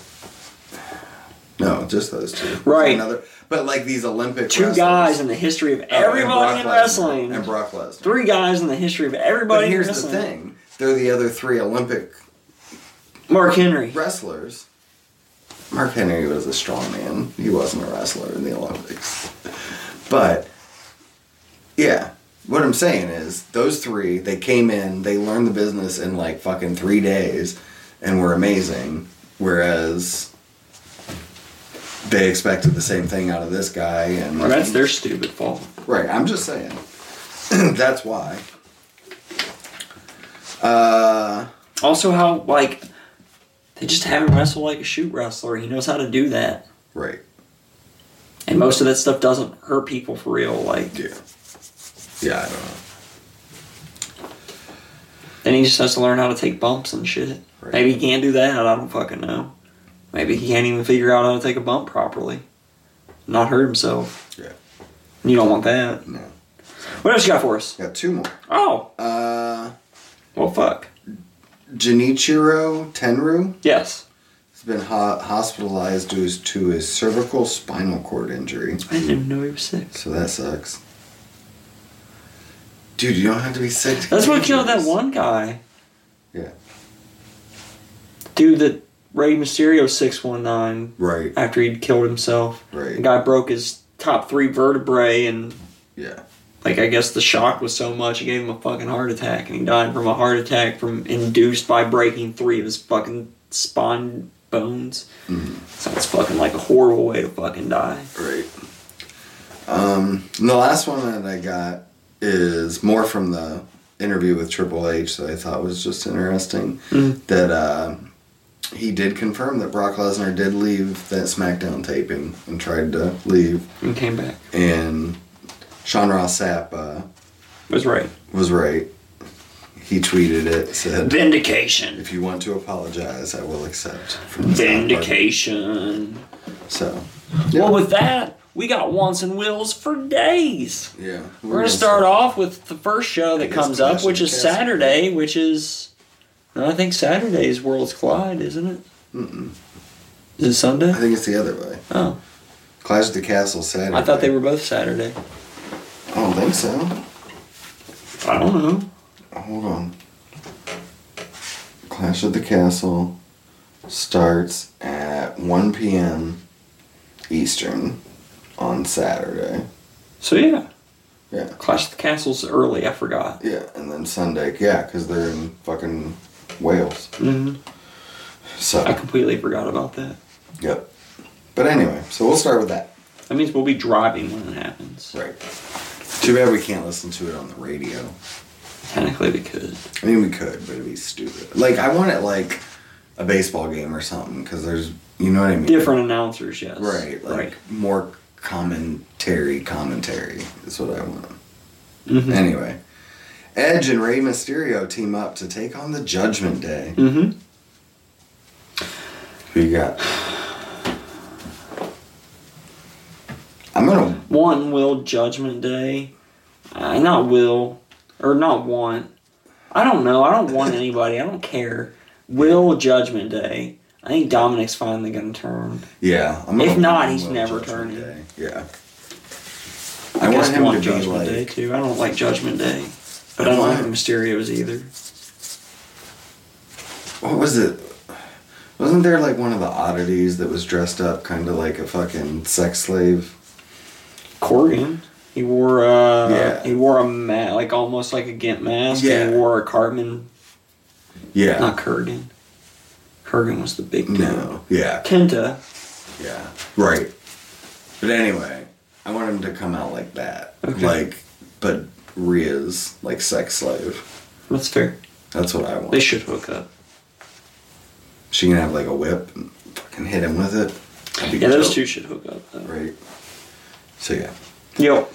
Speaker 1: no, just those two.
Speaker 2: Right.
Speaker 1: Another, but like these Olympic
Speaker 2: yet. Two
Speaker 1: wrestlers.
Speaker 2: guys in the history of
Speaker 1: Oh, and
Speaker 2: everybody
Speaker 1: Brock
Speaker 2: in
Speaker 1: Lesnar.
Speaker 2: wrestling.
Speaker 1: and Brock Lesnar.
Speaker 2: Three guys in the history of everybody
Speaker 1: But here's
Speaker 2: in wrestling.
Speaker 1: the thing: they're the other three Olympic
Speaker 2: Mark Henry.
Speaker 1: wrestlers. Mark Henry was a strong man. He wasn't a wrestler in the Olympics. But yeah, what I'm saying is those three, they came in, they learned the business in like fucking three days and were amazing. Whereas they expected the same thing out of this guy, and
Speaker 2: That's their stupid fault.
Speaker 1: Right, I'm just saying. That's why. Uh,
Speaker 2: Also, how like they just have him wrestle like a shoot wrestler. He knows how to do that,
Speaker 1: right.
Speaker 2: and most of that stuff doesn't hurt people for real. Like,
Speaker 1: Yeah. Yeah, I don't know.
Speaker 2: and he just has to learn how to take bumps and shit.
Speaker 1: Right.
Speaker 2: Maybe he can't do that. I don't fucking know. Maybe he can't even figure out how to take a bump properly, not hurt himself.
Speaker 1: Yeah.
Speaker 2: And You don't want that.
Speaker 1: No.
Speaker 2: What else you got for us?
Speaker 1: Got two more.
Speaker 2: Oh,
Speaker 1: Uh,
Speaker 2: well, fuck.
Speaker 1: Junichiro Tenru
Speaker 2: Yes,
Speaker 1: has been ho- hospitalized due to his cervical spinal cord injury.
Speaker 2: I didn't even know he was sick.
Speaker 1: So that sucks. Dude, you don't have to be sick. to
Speaker 2: That's
Speaker 1: get
Speaker 2: what killed that
Speaker 1: injuries.
Speaker 2: one guy.
Speaker 1: Yeah.
Speaker 2: Dude, that Ray Mysterio six one nine
Speaker 1: Right.
Speaker 2: after he'd killed himself.
Speaker 1: Right.
Speaker 2: The guy broke his top three vertebrae, and
Speaker 1: Yeah.
Speaker 2: like I guess the shock was so much it gave him a fucking heart attack, and he died from a heart attack from induced by breaking three of his fucking spine bones.
Speaker 1: Mm-hmm.
Speaker 2: Sounds fucking like a horrible way to fucking die.
Speaker 1: Right. Um, and the last one that I got is more from the interview with Triple H that I thought was just interesting.
Speaker 2: Mm.
Speaker 1: That uh, he did confirm that Brock Lesnar did leave that SmackDown taping and tried to leave,
Speaker 2: And came back.
Speaker 1: and Sean Ross Sapp uh,
Speaker 2: Was right.
Speaker 1: was right. He tweeted it, said,
Speaker 2: Vindication.
Speaker 1: "If you want to apologize, I will accept." From the sound part."
Speaker 2: Vindication.
Speaker 1: So,
Speaker 2: Well, with that, we got wants and wills for days.
Speaker 1: yeah,
Speaker 2: We're gonna start off with the first show that
Speaker 1: guess
Speaker 2: comes
Speaker 1: Clash
Speaker 2: up, which
Speaker 1: of
Speaker 2: is
Speaker 1: the Castle.
Speaker 2: Saturday, which is no, I think Saturday is World's Collide, isn't it? Mm-mm. Is it Sunday?
Speaker 1: I think it's the other way.
Speaker 2: Oh,
Speaker 1: Clash of the Castle Saturday.
Speaker 2: I thought they were both Saturday.
Speaker 1: I don't think so. Oh,
Speaker 2: I don't know.
Speaker 1: Hold on. Clash of the Castle starts at 1 p.m. Eastern on Saturday.
Speaker 2: So yeah,
Speaker 1: Yeah.
Speaker 2: Clash of the Castles early. I forgot.
Speaker 1: Yeah, and then Sunday. Yeah, because they're in fucking Wales.
Speaker 2: Mm-hmm. I
Speaker 1: So,
Speaker 2: completely forgot about that.
Speaker 1: yep. But anyway, so we'll start with that.
Speaker 2: That means we'll be driving when it happens.
Speaker 1: Right. Too bad we can't listen to it on the radio.
Speaker 2: Technically, we could.
Speaker 1: I mean, we could, but it'd be stupid. Like, I want it like a baseball game or something, because there's, you know what I mean?
Speaker 2: Different announcers, yes.
Speaker 1: Right, like
Speaker 2: right.
Speaker 1: more commentary, commentary is what I want.
Speaker 2: Mm-hmm.
Speaker 1: Anyway, Edge and Rey Mysterio team up to take on the Judgment Day.
Speaker 2: Mm-hmm.
Speaker 1: Who you got? I'm gonna.
Speaker 2: One will Judgment Day. Uh, not will, or not want. I don't know. I don't want anybody. I don't care. Will Judgment Day. I think Dominic's finally gonna turn.
Speaker 1: Yeah, I'm
Speaker 2: If
Speaker 1: gonna
Speaker 2: not,
Speaker 1: win
Speaker 2: he's
Speaker 1: Will
Speaker 2: never
Speaker 1: Judgment
Speaker 2: turning.
Speaker 1: Day. Yeah.
Speaker 2: I,
Speaker 1: I, want
Speaker 2: guess
Speaker 1: him
Speaker 2: want
Speaker 1: to be
Speaker 2: Judgment
Speaker 1: like.
Speaker 2: Day too. I don't like Judgment Day, but I don't
Speaker 1: Why?
Speaker 2: like the Mysterios either.
Speaker 1: What was it? Wasn't there like one of the oddities that was dressed up kind of like a fucking sex slave?
Speaker 2: Corgan. He wore uh
Speaker 1: Yeah.
Speaker 2: he wore a ma- like almost like a gimp mask.
Speaker 1: Yeah.
Speaker 2: And he wore a Cartman,
Speaker 1: Yeah.
Speaker 2: not Kurgan. Kurgan was the big dude.
Speaker 1: no. Yeah.
Speaker 2: Kenta.
Speaker 1: Yeah. Right. But anyway, I want him to come out like that.
Speaker 2: Okay.
Speaker 1: Like, but Rhea's like sex slave.
Speaker 2: That's fair.
Speaker 1: That's what I want.
Speaker 2: They should hook up.
Speaker 1: She can have like a whip and fucking hit him with it. That'd be
Speaker 2: Yeah, those two
Speaker 1: dope.
Speaker 2: should hook up. Though.
Speaker 1: Right. So yeah.
Speaker 2: Yo,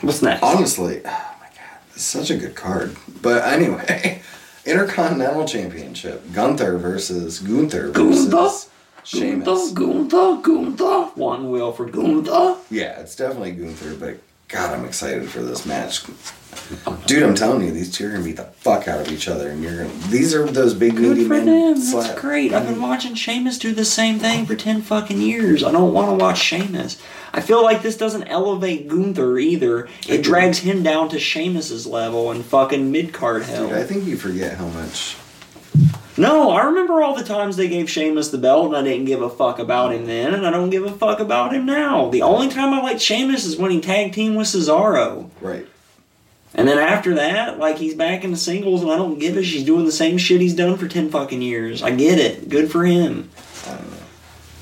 Speaker 2: what's next?
Speaker 1: Honestly, oh my god, it's such a good card. But anyway, Intercontinental Championship: Gunther versus Gunther versus
Speaker 2: Gunther?
Speaker 1: Sheamus.
Speaker 2: Gunther, Gunther. One will for Gunther.
Speaker 1: Yeah, it's definitely Gunther, but God, I'm excited for this match. Dude, I'm telling you, these two are gonna beat the fuck out of each other, and you're gonna. These are those big meaty
Speaker 2: Good for
Speaker 1: men.
Speaker 2: them. Mm-hmm. That's
Speaker 1: slap.
Speaker 2: great. I've been watching Sheamus do the same thing for ten fucking years. I don't want to watch Sheamus. I feel like this doesn't elevate Gunther either. It drags him down to Sheamus's level and fucking mid card hell.
Speaker 1: Dude, I think you forget how much.
Speaker 2: No, I remember all the times they gave Sheamus the belt, and I didn't give a fuck about him then, and I don't give a fuck about him now. The only time I liked Sheamus is when he tag team with Cesaro.
Speaker 1: Right.
Speaker 2: And then after that, like he's back in the singles, and I don't give a. She's doing the same shit he's done for ten fucking years. I get it. Good for him.
Speaker 1: I don't know.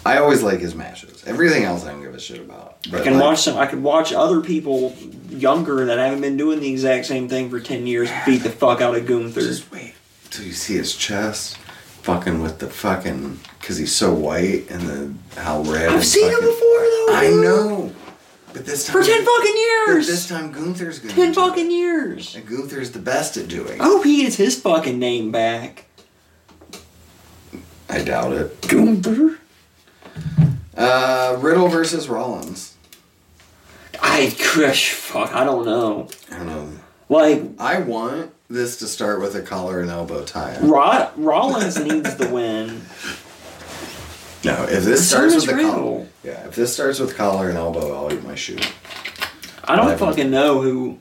Speaker 1: I always like his matches. Everything else I don't give a shit about. But
Speaker 2: I can
Speaker 1: like,
Speaker 2: watch some. I could watch other people younger that haven't been doing the exact same thing for ten years beat the fuck out of Gunther.
Speaker 1: Just wait till you see his chest, fucking with the fucking because he's so white and the how red.
Speaker 2: I've
Speaker 1: and
Speaker 2: seen him
Speaker 1: fucking-
Speaker 2: before though.
Speaker 1: I
Speaker 2: dude.
Speaker 1: know, but this time
Speaker 2: for ten fucking
Speaker 1: but
Speaker 2: years.
Speaker 1: This time Gunther's good.
Speaker 2: ten fucking years.
Speaker 1: And Gunther's the best at doing.
Speaker 2: I hope he gets his fucking name back.
Speaker 1: I doubt it.
Speaker 2: Gunther.
Speaker 1: Uh, Riddle versus Rollins.
Speaker 2: I crush. Fuck. I don't know.
Speaker 1: I don't know.
Speaker 2: Like
Speaker 1: I want this to start with a collar and elbow tie.
Speaker 2: Rod, Rollins needs the win.
Speaker 1: No, if this
Speaker 2: So
Speaker 1: starts
Speaker 2: does
Speaker 1: with the collar,
Speaker 2: Riddle.
Speaker 1: yeah, if this starts with collar and elbow, I'll eat my shoe.
Speaker 2: I don't
Speaker 1: Eleven.
Speaker 2: fucking know who.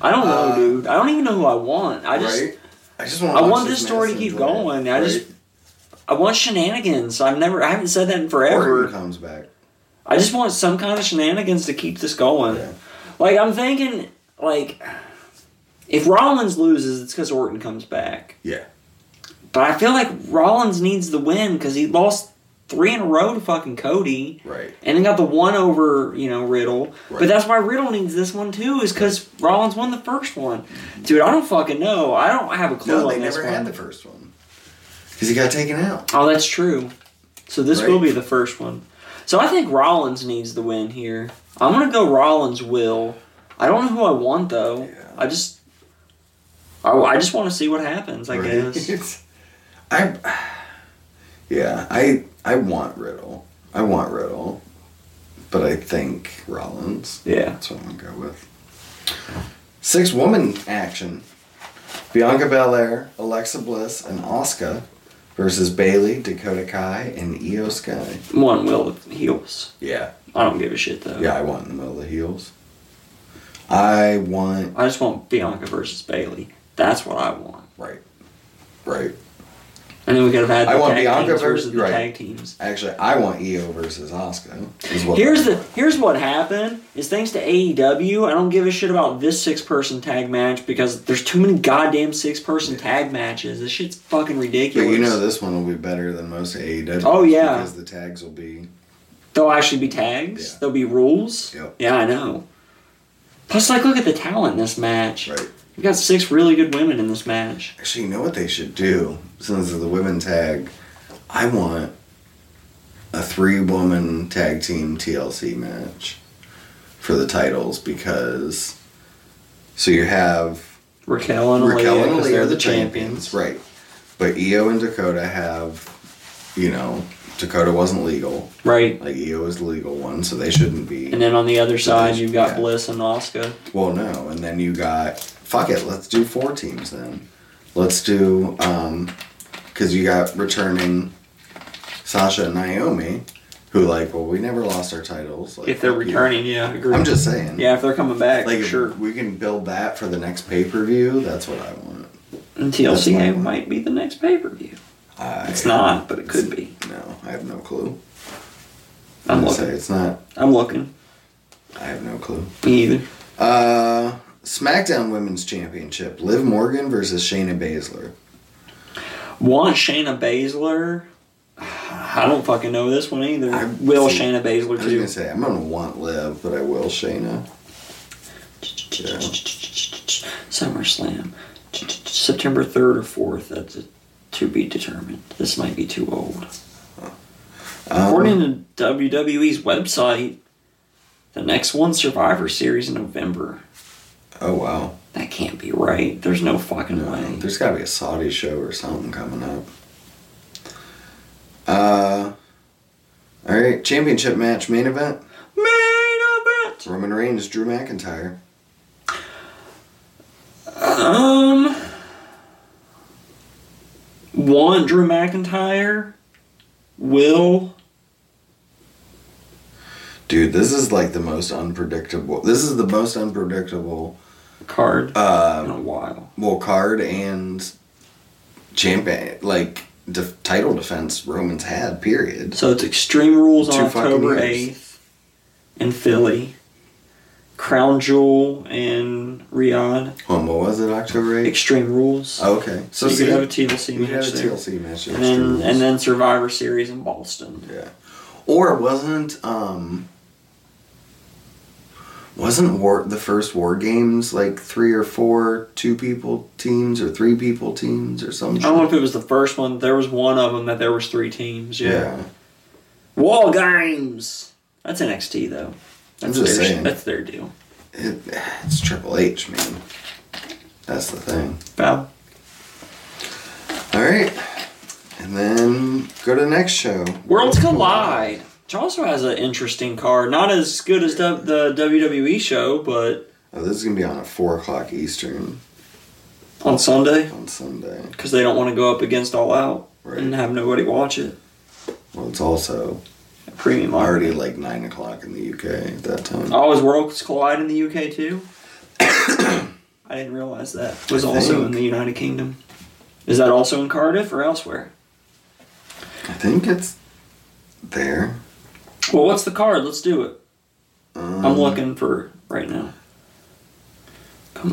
Speaker 2: I don't know,
Speaker 1: Uh,
Speaker 2: dude. I don't even know who I want. I just.
Speaker 1: right? I just want.
Speaker 2: I want this story to keep going. I just I want shenanigans. I've never I haven't said that in
Speaker 1: Orton
Speaker 2: forever.
Speaker 1: comes back.
Speaker 2: I just want some kind of shenanigans to keep this going.
Speaker 1: Yeah.
Speaker 2: Like I'm thinking like if Rollins loses it's cuz Orton comes back.
Speaker 1: Yeah.
Speaker 2: But I feel like Rollins needs the win cuz he lost 3 in a row to fucking Cody.
Speaker 1: Right.
Speaker 2: And then got the one over, you know, Riddle.
Speaker 1: Right.
Speaker 2: But that's why Riddle needs this one too, is because Rollins won the first one. Dude, I don't fucking know. I don't have a clue.
Speaker 1: No, they
Speaker 2: on this
Speaker 1: never
Speaker 2: one.
Speaker 1: had the first one because he got taken out.
Speaker 2: Oh, that's true. So this
Speaker 1: Right.
Speaker 2: will be the first one. So I think Rollins needs the win here. I'm gonna go Rollins will. I don't know who I want though.
Speaker 1: Yeah.
Speaker 2: I just I, I just want to see what happens. I
Speaker 1: right?
Speaker 2: guess.
Speaker 1: I. Yeah, I I want Riddle. I want Riddle, but I think Rollins.
Speaker 2: Yeah.
Speaker 1: That's what I'm gonna go with. Six woman action: Bianca Belair, Alexa Bliss, and Oscar versus Bailey, Dakota Kai, and Io Sky.
Speaker 2: One will if heels.
Speaker 1: Yeah,
Speaker 2: I don't give a shit though.
Speaker 1: yeah. I want in the middle of the heels. I want
Speaker 2: I just want Bianca versus Bailey. That's what I want.
Speaker 1: right, right.
Speaker 2: And then we could have had the
Speaker 1: I want
Speaker 2: tag
Speaker 1: Bianca
Speaker 2: teams
Speaker 1: vers-
Speaker 2: versus the
Speaker 1: right.
Speaker 2: tag teams.
Speaker 1: Actually, I want Io versus Oscar.
Speaker 2: Here's the here's what happened is thanks to AEW, I don't give a shit about this six person tag match because there's too many goddamn six person tag matches. This shit's fucking
Speaker 1: But
Speaker 2: ridiculous.
Speaker 1: you know this one will be better than most AEW.
Speaker 2: Oh, yeah.
Speaker 1: because the tags will be
Speaker 2: there'll actually be tags.
Speaker 1: Yeah.
Speaker 2: There'll be rules.
Speaker 1: Yep.
Speaker 2: Yeah, I know. Plus, like, look at the talent in this match.
Speaker 1: right.
Speaker 2: We got six really good women in this match.
Speaker 1: Actually, you know what they should do? Since it's the women tag, I want a three-woman tag team TLC match for the titles because so you have
Speaker 2: Raquel and
Speaker 1: Raquel and
Speaker 2: Aaliyah, 'cause
Speaker 1: Aaliyah
Speaker 2: they're
Speaker 1: are the champions, right? But Io and Dakota have, you know, Dakota wasn't legal.
Speaker 2: Right.
Speaker 1: Like Io is the legal one, so they shouldn't be.
Speaker 2: And then on the other side, you've got
Speaker 1: Yeah.
Speaker 2: Bliss and Oscar.
Speaker 1: Well, no, and then you got fuck it. Let's do four teams then. Let's do um, because you got returning Sasha and Naomi, who like well we never lost our titles. Like,
Speaker 2: If they're
Speaker 1: fuck you.
Speaker 2: returning, yeah, agree.
Speaker 1: I'm just saying.
Speaker 2: yeah, if they're coming back,
Speaker 1: like
Speaker 2: for
Speaker 1: if
Speaker 2: sure.
Speaker 1: we can build that for the next pay per view. That's what I want.
Speaker 2: And
Speaker 1: That's
Speaker 2: TLCA
Speaker 1: fine.
Speaker 2: might be the next pay per view.
Speaker 1: I,
Speaker 2: It's not, but it could be.
Speaker 1: No, I have no clue.
Speaker 2: I'm
Speaker 1: gonna say
Speaker 2: looking.
Speaker 1: it's not.
Speaker 2: I'm looking.
Speaker 1: I have no clue.
Speaker 2: Me either.
Speaker 1: Uh, SmackDown Women's Championship: Liv Morgan versus Shayna Baszler.
Speaker 2: Want Shayna Baszler? I don't fucking know this one either.
Speaker 1: I-
Speaker 2: Will
Speaker 1: see,
Speaker 2: Shayna Baszler
Speaker 1: I was
Speaker 2: too?
Speaker 1: gonna say I'm gonna want Liv, but I will Shayna. Yeah.
Speaker 2: SummerSlam, September third or fourth. That's a, to be determined. This might be too old.
Speaker 1: Uh-huh. Um,
Speaker 2: According to WWE's website, the next one Survivor Series in November.
Speaker 1: Oh wow,
Speaker 2: That can't be right. There's no fucking way.
Speaker 1: there's gotta be a Saudi show or something coming up. Uh, all right, championship match main event:
Speaker 2: Main event.
Speaker 1: Roman Reigns, Drew McIntyre.
Speaker 2: Um, one Drew McIntyre, Will.
Speaker 1: Dude, this is like the most unpredictable. This is the most unpredictable.
Speaker 2: Card
Speaker 1: Uh,
Speaker 2: in a while.
Speaker 1: well, card and champion like def- title defense Romans had. Period.
Speaker 2: So it's Extreme Rules on
Speaker 1: Two fucking
Speaker 2: October
Speaker 1: years.
Speaker 2: eighth in Philly, Crown Jewel and Riyadh
Speaker 1: Um, what was it? October eighth.
Speaker 2: Extreme Rules.
Speaker 1: Oh, okay. So
Speaker 2: you
Speaker 1: see,
Speaker 2: could have a TLC
Speaker 1: you had
Speaker 2: match
Speaker 1: a
Speaker 2: there.
Speaker 1: TLC match.
Speaker 2: and then and then Survivor Series in Boston.
Speaker 1: yeah, or wasn't um. Wasn't war the first war games like three or four two people teams or three people teams or
Speaker 2: I
Speaker 1: something?
Speaker 2: don't know if it was the first one. There was one of them that there was three teams. Yeah.
Speaker 1: yeah.
Speaker 2: Wall games. That's NXT though. That's
Speaker 1: just
Speaker 2: their
Speaker 1: saying.
Speaker 2: that's their deal.
Speaker 1: It, it's Triple H, man. That's the thing.
Speaker 2: Val.
Speaker 1: All right, and then go to the next show.
Speaker 2: Worlds Collide, which also has an interesting card. Not as good as the, the WWE show, but
Speaker 1: Oh, this is gonna be on at four o'clock Eastern
Speaker 2: on Sunday
Speaker 1: on Sunday.
Speaker 2: because they don't want to go up against All Out
Speaker 1: Right.
Speaker 2: and have nobody watch it.
Speaker 1: Well, it's also
Speaker 2: Premium already.
Speaker 1: already like nine o'clock in the UK at that time.
Speaker 2: Oh, is Worlds Collide in the UK too? I didn't realize that was
Speaker 1: I
Speaker 2: also in
Speaker 1: think.
Speaker 2: the United Kingdom. Is that also in Cardiff or elsewhere?
Speaker 1: I think it's there.
Speaker 2: Well, what's the card? Let's do it.
Speaker 1: Um,
Speaker 2: I'm looking for right now.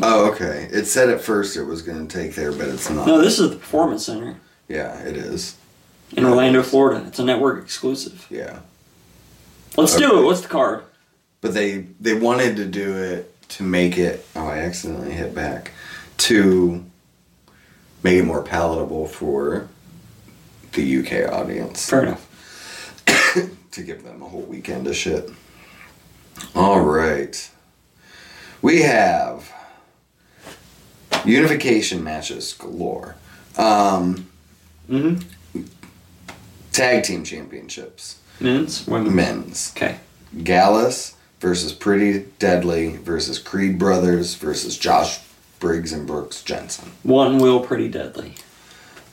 Speaker 1: Oh, okay. It said at first it was gonna take there, but it's not.
Speaker 2: No, this is the Performance Center
Speaker 1: yeah, it is.
Speaker 2: in Orlando, Florida. It's a network exclusive.
Speaker 1: Yeah,
Speaker 2: Let's do it. What's the card?
Speaker 1: but they they wanted to do it to make it. Oh, I accidentally hit back to make it more palatable for the UK audience.
Speaker 2: Fair enough.
Speaker 1: to give them a whole weekend of shit. All right. We have unification matches galore, um,
Speaker 2: Mm-hmm.
Speaker 1: tag team championships,
Speaker 2: Men's, women's.
Speaker 1: men's,
Speaker 2: Okay.
Speaker 1: Gallus versus Pretty Deadly versus Creed Brothers versus Josh Briggs and Brooks Jensen.
Speaker 2: One will pretty deadly.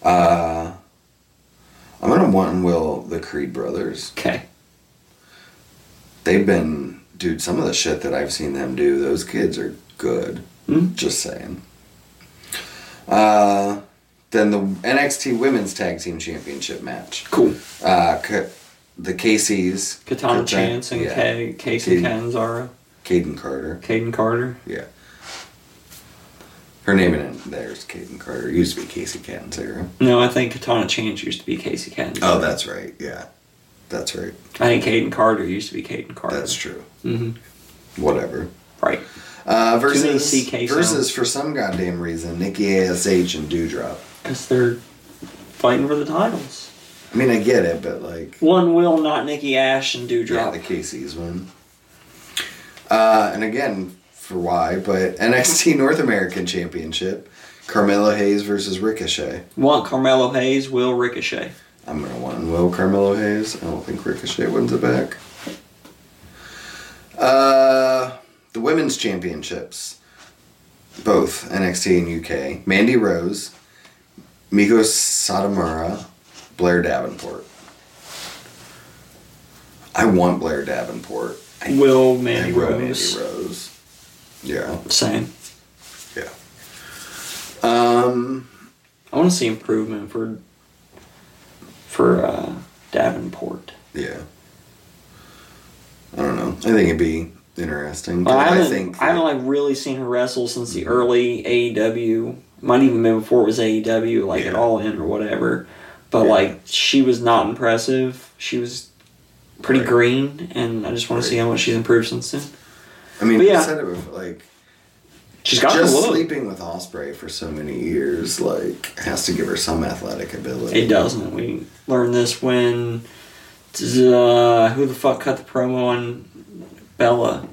Speaker 1: Uh, I'm gonna one will the Creed Brothers.
Speaker 2: Okay.
Speaker 1: They've been, dude, some of the shit that I've seen them do, those kids are good.
Speaker 2: Mhm.
Speaker 1: Just saying. Uh, then the NXT Women's Tag Team Championship match.
Speaker 2: Cool.
Speaker 1: Uh, K- the Casey's.
Speaker 2: Katana
Speaker 1: Kata-
Speaker 2: Chance and
Speaker 1: yeah,
Speaker 2: Kay, Casey
Speaker 1: Caden.
Speaker 2: Catanzaro,
Speaker 1: Caden Carter.
Speaker 2: Caden Carter.
Speaker 1: Yeah. Her name in there's Caden Carter. Used to be Casey Catanzaro.
Speaker 2: No, I think Katana Chance used to be Casey Catanzaro.
Speaker 1: Oh, that's right. Yeah. That's right.
Speaker 2: I think Caden Carter used to be Caden Carter.
Speaker 1: That's true.
Speaker 2: hmm
Speaker 1: Whatever.
Speaker 2: Right.
Speaker 1: Uh,
Speaker 2: many
Speaker 1: versus,
Speaker 2: CK sounds.
Speaker 1: versus for some goddamn reason, Nikki Ash and Dewdrop.
Speaker 2: Because they're fighting for the titles.
Speaker 1: I mean, I get it, but like,
Speaker 2: One will, not Nikki Ash and
Speaker 1: yeah,
Speaker 2: Dewdrop.
Speaker 1: the Casey's one. Uh, and again, for why, but NXT North American Championship, Carmelo Hayes versus Ricochet.
Speaker 2: Want Carmelo Hayes, will Ricochet.
Speaker 1: I'm gonna one will Carmelo Hayes. I don't think Ricochet wins it back. Uh, the women's championships, both NXT and UK. Mandy Rose, Miko Satomura, Blair Davenport. I want Blair Davenport. I
Speaker 2: Will Mandy
Speaker 1: I wrote
Speaker 2: Rose.
Speaker 1: Mandy Rose. Yeah,
Speaker 2: Same.
Speaker 1: yeah. Um,
Speaker 2: I want to see improvement for for uh, Davenport.
Speaker 1: yeah. I don't know. I think it'd be interesting. 'cause
Speaker 2: Well, I haven't, I,
Speaker 1: think
Speaker 2: haven't
Speaker 1: that-
Speaker 2: like really seen her wrestle since the early AEW. Might even been before it was AEW, like at
Speaker 1: Yeah.
Speaker 2: All In or whatever. But
Speaker 1: Yeah.
Speaker 2: like she was not impressive. She was pretty
Speaker 1: Right.
Speaker 2: green, and I just want to see
Speaker 1: Right.
Speaker 2: how much she's improved since then.
Speaker 1: I mean,
Speaker 2: but yeah.
Speaker 1: I said it before, like
Speaker 2: She's got
Speaker 1: just
Speaker 2: the look.
Speaker 1: sleeping with Osprey for so many years, like has to give her some athletic ability.
Speaker 2: It doesn't. We learned this when uh, who the fuck cut the promo on Bella.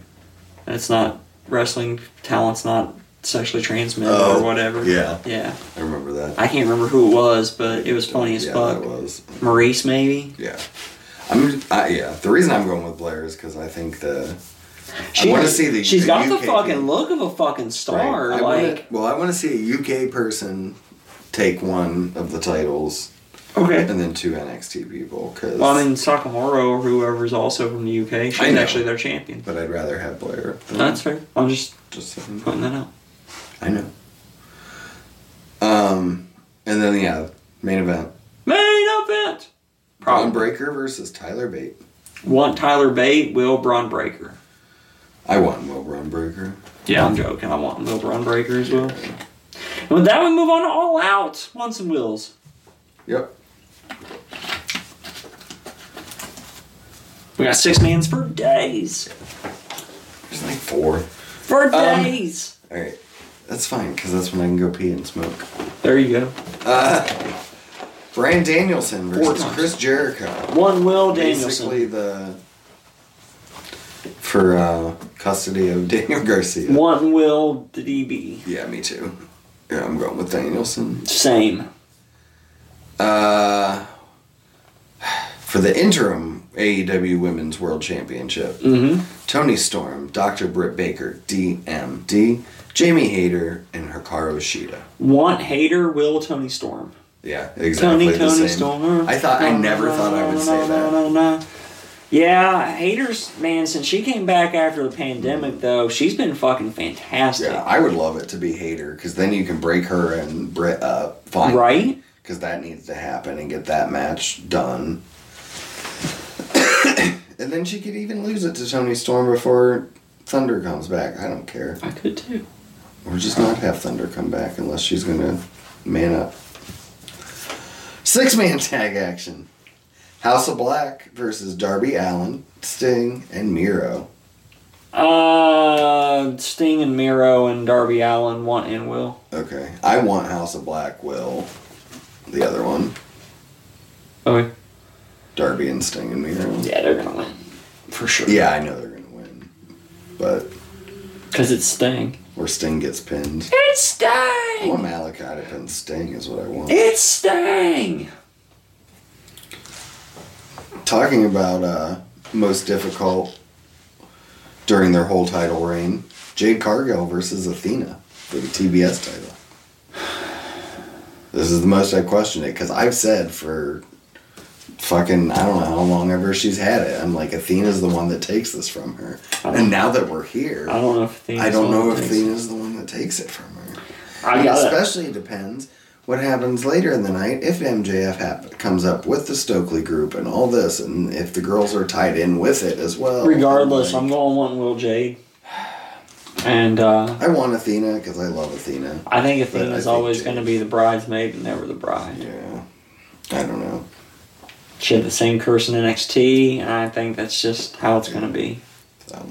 Speaker 2: And it's not wrestling talent's not sexually transmitted
Speaker 1: Oh,
Speaker 2: or whatever.
Speaker 1: yeah.
Speaker 2: Yeah.
Speaker 1: I remember that.
Speaker 2: I can't remember who it was, but it was funny as
Speaker 1: yeah,
Speaker 2: fuck.
Speaker 1: That was.
Speaker 2: Maurice maybe.
Speaker 1: Yeah. I'm. I, yeah. The reason I'm going with Blair is because I think the.
Speaker 2: She,
Speaker 1: wanna see the-
Speaker 2: She's
Speaker 1: the
Speaker 2: got the
Speaker 1: UK
Speaker 2: fucking
Speaker 1: thing.
Speaker 2: look of a fucking star.
Speaker 1: I wanna-
Speaker 2: Like
Speaker 1: well, I want to see a UK person take one of the titles, and then two NXT people. Cause
Speaker 2: Well, I mean Sakamura or whoever's also from the UK, she's
Speaker 1: know.
Speaker 2: actually their champion.
Speaker 1: but I'd rather have Blair. Than
Speaker 2: That's fair. I'm just
Speaker 1: just saying.
Speaker 2: putting that out.
Speaker 1: I know. Um, and then yeah, main event:
Speaker 2: Main event.
Speaker 1: Braun Breaker versus Tyler Bate.
Speaker 2: Want Tyler Bate, will Braun Breaker.
Speaker 1: I want Will Runbreaker.
Speaker 2: Yeah, I'm joking. I want Will Runbreaker as well. And with that, we move on to All Out. Once and Wills.
Speaker 1: Yep.
Speaker 2: We got six mans for days.
Speaker 1: There's like four.
Speaker 2: For
Speaker 1: Um,
Speaker 2: days.
Speaker 1: All right. That's fine because that's when I can go pee and smoke.
Speaker 2: There you go.
Speaker 1: Brian Danielson
Speaker 2: Four
Speaker 1: versus
Speaker 2: times.
Speaker 1: Chris Jericho.
Speaker 2: One Will Danielson.
Speaker 1: Basically the for uh, custody of Daniel Garcia.
Speaker 2: One Will DB.
Speaker 1: Yeah, me too. Yeah, I'm going with Danielson.
Speaker 2: Same.
Speaker 1: Uh, for the interim AEW Women's World Championship,
Speaker 2: Mm-hmm.
Speaker 1: Tony Storm, Dr. Britt Baker, DMD, Jamie Hayter, and Hikaru Shida.
Speaker 2: Want hater Will Tony Storm.
Speaker 1: Yeah, exactly
Speaker 2: Tony
Speaker 1: the
Speaker 2: Tony
Speaker 1: same.
Speaker 2: Storm.
Speaker 1: I thought I never
Speaker 2: Na,
Speaker 1: thought I would
Speaker 2: na,
Speaker 1: say
Speaker 2: na,
Speaker 1: that.
Speaker 2: na, na, na. Yeah, haters, man. Since she came back after the pandemic, though, she's been fucking fantastic.
Speaker 1: Yeah, I would love it to be Hater because then you can break her and Britt up. Fine,
Speaker 2: Right?
Speaker 1: Because that needs to happen and get that match done. and then she could even lose it to Tony Storm before Thunder comes back. I don't care.
Speaker 2: I could too.
Speaker 1: Or just not have Thunder come back unless she's gonna man up. Six man tag action. House of Black versus Darby Allen, Sting, and Miro.
Speaker 2: Uh, Sting and Miro and Darby Allen want and will.
Speaker 1: Okay. I want House of Black Will. The other one.
Speaker 2: Okay.
Speaker 1: Darby and Sting and Miro.
Speaker 2: Yeah, they're gonna win for sure.
Speaker 1: Yeah, I know they're gonna win. But
Speaker 2: Cause it's Sting.
Speaker 1: or Sting gets pinned.
Speaker 2: It's
Speaker 1: I
Speaker 2: Sting.
Speaker 1: want Malachi to pin Sting is what I want.
Speaker 2: It's Sting.
Speaker 1: Talking about uh, most difficult during their whole title reign, Jade Cargill versus Athena for the TBS title. This is the most I questioned it because I've said for fucking I don't know how long ever she's had it. I'm like Athena's the one that takes this from her, and now that we're here,
Speaker 2: I don't know if Athena's
Speaker 1: I don't
Speaker 2: the one
Speaker 1: know
Speaker 2: that
Speaker 1: if
Speaker 2: takes it.
Speaker 1: Athena's the one that takes it from her.
Speaker 2: I
Speaker 1: It
Speaker 2: got it.
Speaker 1: especially depends what happens later in the night if MJF hap- comes up with the Stokely group and all this, and if the girls are tied in with it as well.
Speaker 2: Regardless, I'm
Speaker 1: Like,
Speaker 2: going one Will Jade. And uh,
Speaker 1: I want Athena because I love Athena.
Speaker 2: I think
Speaker 1: But I
Speaker 2: Athena's
Speaker 1: think
Speaker 2: always
Speaker 1: Jade-
Speaker 2: going to be the bridesmaid and never the bride.
Speaker 1: Yeah, I don't know.
Speaker 2: She had the same curse in NXT, and I think that's just how it's going to be.
Speaker 1: So.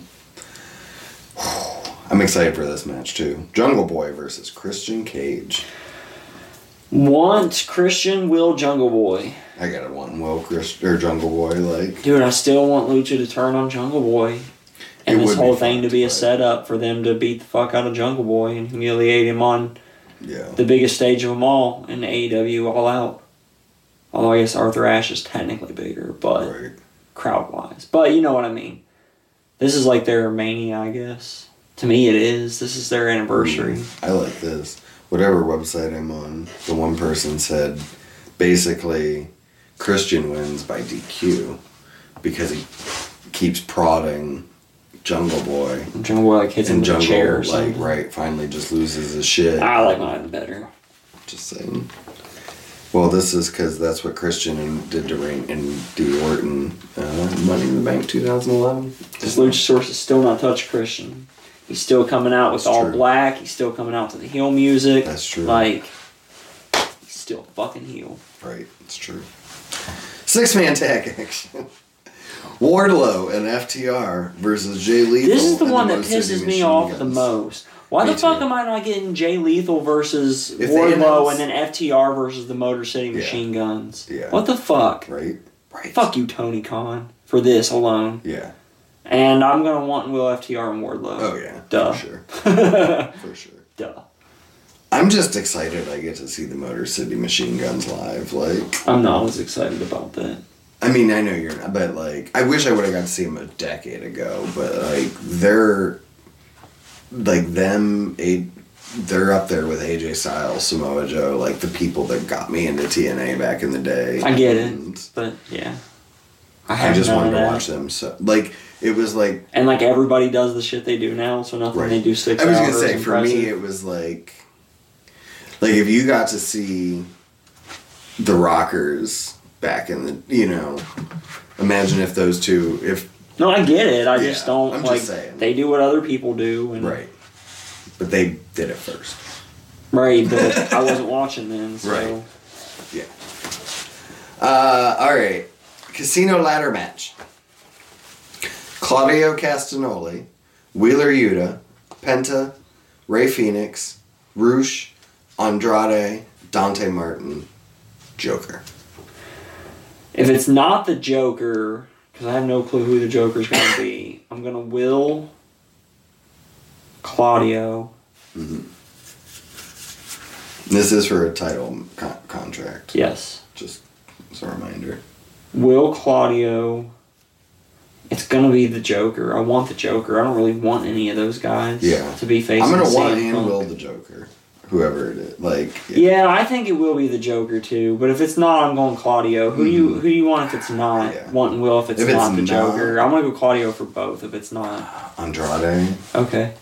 Speaker 1: I'm excited for this match too. Jungle Boy versus Christian Cage.
Speaker 2: Want Christian Will Jungle Boy.
Speaker 1: I got it one. Well, Chris or Jungle Boy, like
Speaker 2: Dude, I still want Lucha to turn on Jungle Boy. And
Speaker 1: It
Speaker 2: this
Speaker 1: would
Speaker 2: whole
Speaker 1: be
Speaker 2: thing
Speaker 1: fun
Speaker 2: to
Speaker 1: to
Speaker 2: be a
Speaker 1: play.
Speaker 2: setup for them to beat the fuck out of Jungle Boy and humiliate him on
Speaker 1: yeah.
Speaker 2: the biggest stage of them all in AEW All Out. Although I guess Arthur Ashe is technically bigger, but.
Speaker 1: Right.
Speaker 2: crowd wise. But you know what I mean. This is like their mania, I guess. To me, it is. This is their anniversary.
Speaker 1: I like this. Whatever website I'm on, the one person said basically Christian wins by DQ because he keeps prodding Jungle Boy.
Speaker 2: Jungle Boy like hits him
Speaker 1: Mm. And
Speaker 2: with a chair or
Speaker 1: Jungle, like,
Speaker 2: something.
Speaker 1: right, finally just loses his shit.
Speaker 2: I like mine better.
Speaker 1: Just saying. Well, this is because that's what Christian and did to Rain and D. Orton uh, Money in the Bank 2011.
Speaker 2: This Luchasaurus is still not touched Christian. He's still coming out with
Speaker 1: That's
Speaker 2: all
Speaker 1: true.
Speaker 2: black. He's still coming out to the heel music.
Speaker 1: That's true.
Speaker 2: Like, he's still fucking heel.
Speaker 1: Right, it's true. Six man tag action. Wardlow and FTR versus Jay Lethal.
Speaker 2: This is the
Speaker 1: and
Speaker 2: one that
Speaker 1: Moe City
Speaker 2: pisses me
Speaker 1: Machine
Speaker 2: off the
Speaker 1: Guns.
Speaker 2: most. Why
Speaker 1: Me
Speaker 2: the fuck
Speaker 1: too.
Speaker 2: am I not getting Jay Lethal versus
Speaker 1: If they
Speaker 2: Wardlow
Speaker 1: announce-
Speaker 2: and then FTR versus the Motor City
Speaker 1: Yeah.
Speaker 2: Machine Guns?
Speaker 1: Yeah.
Speaker 2: What the fuck?
Speaker 1: Right? Right.
Speaker 2: Fuck you, Tony Khan, for this alone.
Speaker 1: Yeah.
Speaker 2: And I'm gonna want Will FTR and Wardlow.
Speaker 1: Oh, yeah.
Speaker 2: Duh.
Speaker 1: For sure. For sure.
Speaker 2: Duh.
Speaker 1: I'm just excited I get to see the Motor City Machine Guns live. Like,
Speaker 2: I'm not as excited about that.
Speaker 1: I mean, I know you're not, but like, I wish I would have got to see them a decade ago. But like, they're like them. A, they're up there with AJ Styles, Samoa Joe, like the people that got me into TNA back in the day.
Speaker 2: I get
Speaker 1: And
Speaker 2: it, but yeah.
Speaker 1: I
Speaker 2: have
Speaker 1: just
Speaker 2: none
Speaker 1: wanted
Speaker 2: of
Speaker 1: to
Speaker 2: that.
Speaker 1: watch them. So like, it was like
Speaker 2: And like everybody does the shit they do now, so nothing
Speaker 1: right.
Speaker 2: they do sticks
Speaker 1: I was
Speaker 2: out
Speaker 1: gonna
Speaker 2: or is
Speaker 1: say for me,
Speaker 2: impressive.
Speaker 1: it was like like if you got to see the Rockers back in the you know, imagine if those two if
Speaker 2: No, I get it. I
Speaker 1: Yeah,
Speaker 2: just don't
Speaker 1: I'm just
Speaker 2: like.
Speaker 1: saying.
Speaker 2: They do what other people do, and
Speaker 1: Right. But they did it first.
Speaker 2: right. But I wasn't watching then, so
Speaker 1: Right. Yeah. Uh, all right. Casino ladder match. Claudio Castagnoli, Wheeler Yuta, Penta, Ray Phoenix, Roosh, Andrade, Dante Martin, Joker.
Speaker 2: if it's not the Joker, because I have no clue who the Joker's gonna be, I'm gonna will Claudio.
Speaker 1: This is for a title con- contract.
Speaker 2: Yes,
Speaker 1: Just as a reminder.
Speaker 2: will Claudio. It's gonna be the Joker. I want the Joker. I don't really want any of those guys.
Speaker 1: Yeah.
Speaker 2: to be facing.
Speaker 1: I'm gonna
Speaker 2: Sam
Speaker 1: want and
Speaker 2: Punk.
Speaker 1: will the Joker, whoever it is. Like,
Speaker 2: Yeah, I think it will be the Joker too. But if it's not, I'm going Claudio. Who do you who do you want if it's not?
Speaker 1: Mm-hmm. Yeah.
Speaker 2: Want and Will if it's
Speaker 1: If it's
Speaker 2: not the
Speaker 1: not-
Speaker 2: Joker. I'm gonna go Claudio for both if it's not.
Speaker 1: Andrade,
Speaker 2: Okay.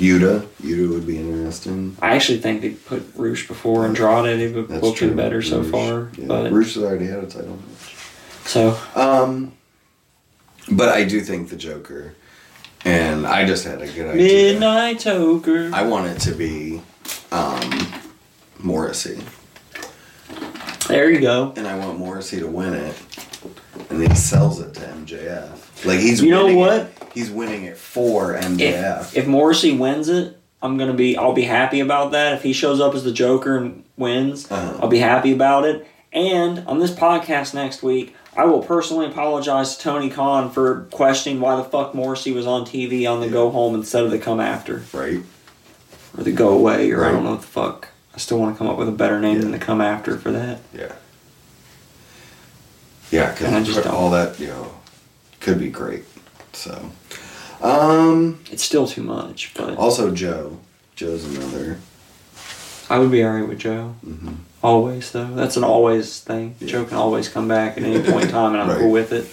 Speaker 1: Yuta. Yuta would be interesting.
Speaker 2: I actually think they put Roosh before Andrade. They've been
Speaker 1: That's
Speaker 2: booking
Speaker 1: true.
Speaker 2: better so
Speaker 1: Roosh.
Speaker 2: far.
Speaker 1: Yeah.
Speaker 2: But
Speaker 1: Roosh has already had a title.
Speaker 2: so
Speaker 1: Um, but I do think the Joker, and I just had a good idea.
Speaker 2: Midnight Joker.
Speaker 1: I want it to be um, Morrissey,
Speaker 2: There you go.
Speaker 1: and I want Morrissey to win it, and he sells it to MJF. Like he's
Speaker 2: You know
Speaker 1: winning
Speaker 2: what?
Speaker 1: it- he's winning it for MJF.
Speaker 2: If, if Morrissey wins it, I'm gonna be I'll be happy about that. If he shows up as the Joker and wins,
Speaker 1: Uh-huh.
Speaker 2: I'll be happy about it. And on this podcast next week, I will personally apologize to Tony Khan for questioning why the fuck Morrissey was on TV on the go home instead of the come after
Speaker 1: right?
Speaker 2: or the go away or I
Speaker 1: Right.
Speaker 2: don't know what the fuck. I still want to come up with a better name than the come after for that.
Speaker 1: Yeah. Yeah,
Speaker 2: And I
Speaker 1: because
Speaker 2: just don't-
Speaker 1: all that you know could be great. So, um,
Speaker 2: It's still too much, but
Speaker 1: also Joe. Joe's another.
Speaker 2: I would be alright with Joe.
Speaker 1: hmm
Speaker 2: Always though, that's an always thing.
Speaker 1: Yeah.
Speaker 2: Joe can always come back at any point in time, and I'm
Speaker 1: Right.
Speaker 2: cool with it.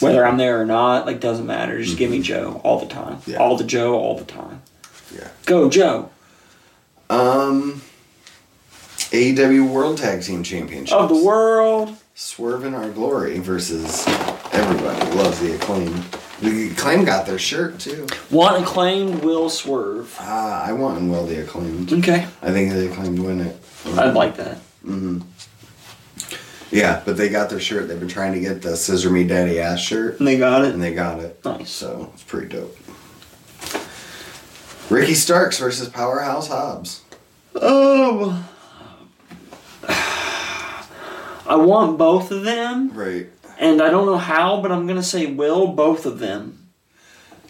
Speaker 2: Whether I'm there or not, like doesn't matter. Just give me Joe all the time.
Speaker 1: Mm-hmm. Yeah.
Speaker 2: All the Joe, all the time.
Speaker 1: Yeah.
Speaker 2: Go Joe
Speaker 1: Um, AEW World Tag Team Championships.
Speaker 2: of the world.
Speaker 1: Swerve in Our Glory versus everybody loves the acclaim. The acclaim got their shirt too.
Speaker 2: Want acclaimed will swerve.
Speaker 1: Ah, I want and will the acclaimed.
Speaker 2: Okay,
Speaker 1: I think the acclaimed win it.
Speaker 2: I'd like that.
Speaker 1: Yeah, but they got their shirt. They've been trying to get the Scissor Me Daddy Ass shirt,
Speaker 2: And they got
Speaker 1: and
Speaker 2: it.
Speaker 1: they got it.
Speaker 2: Nice.
Speaker 1: So it's pretty dope. Ricky Starks versus Powerhouse Hobbs.
Speaker 2: Oh, I want both of them,
Speaker 1: Right.
Speaker 2: and I don't know how, but I'm gonna say will both of them.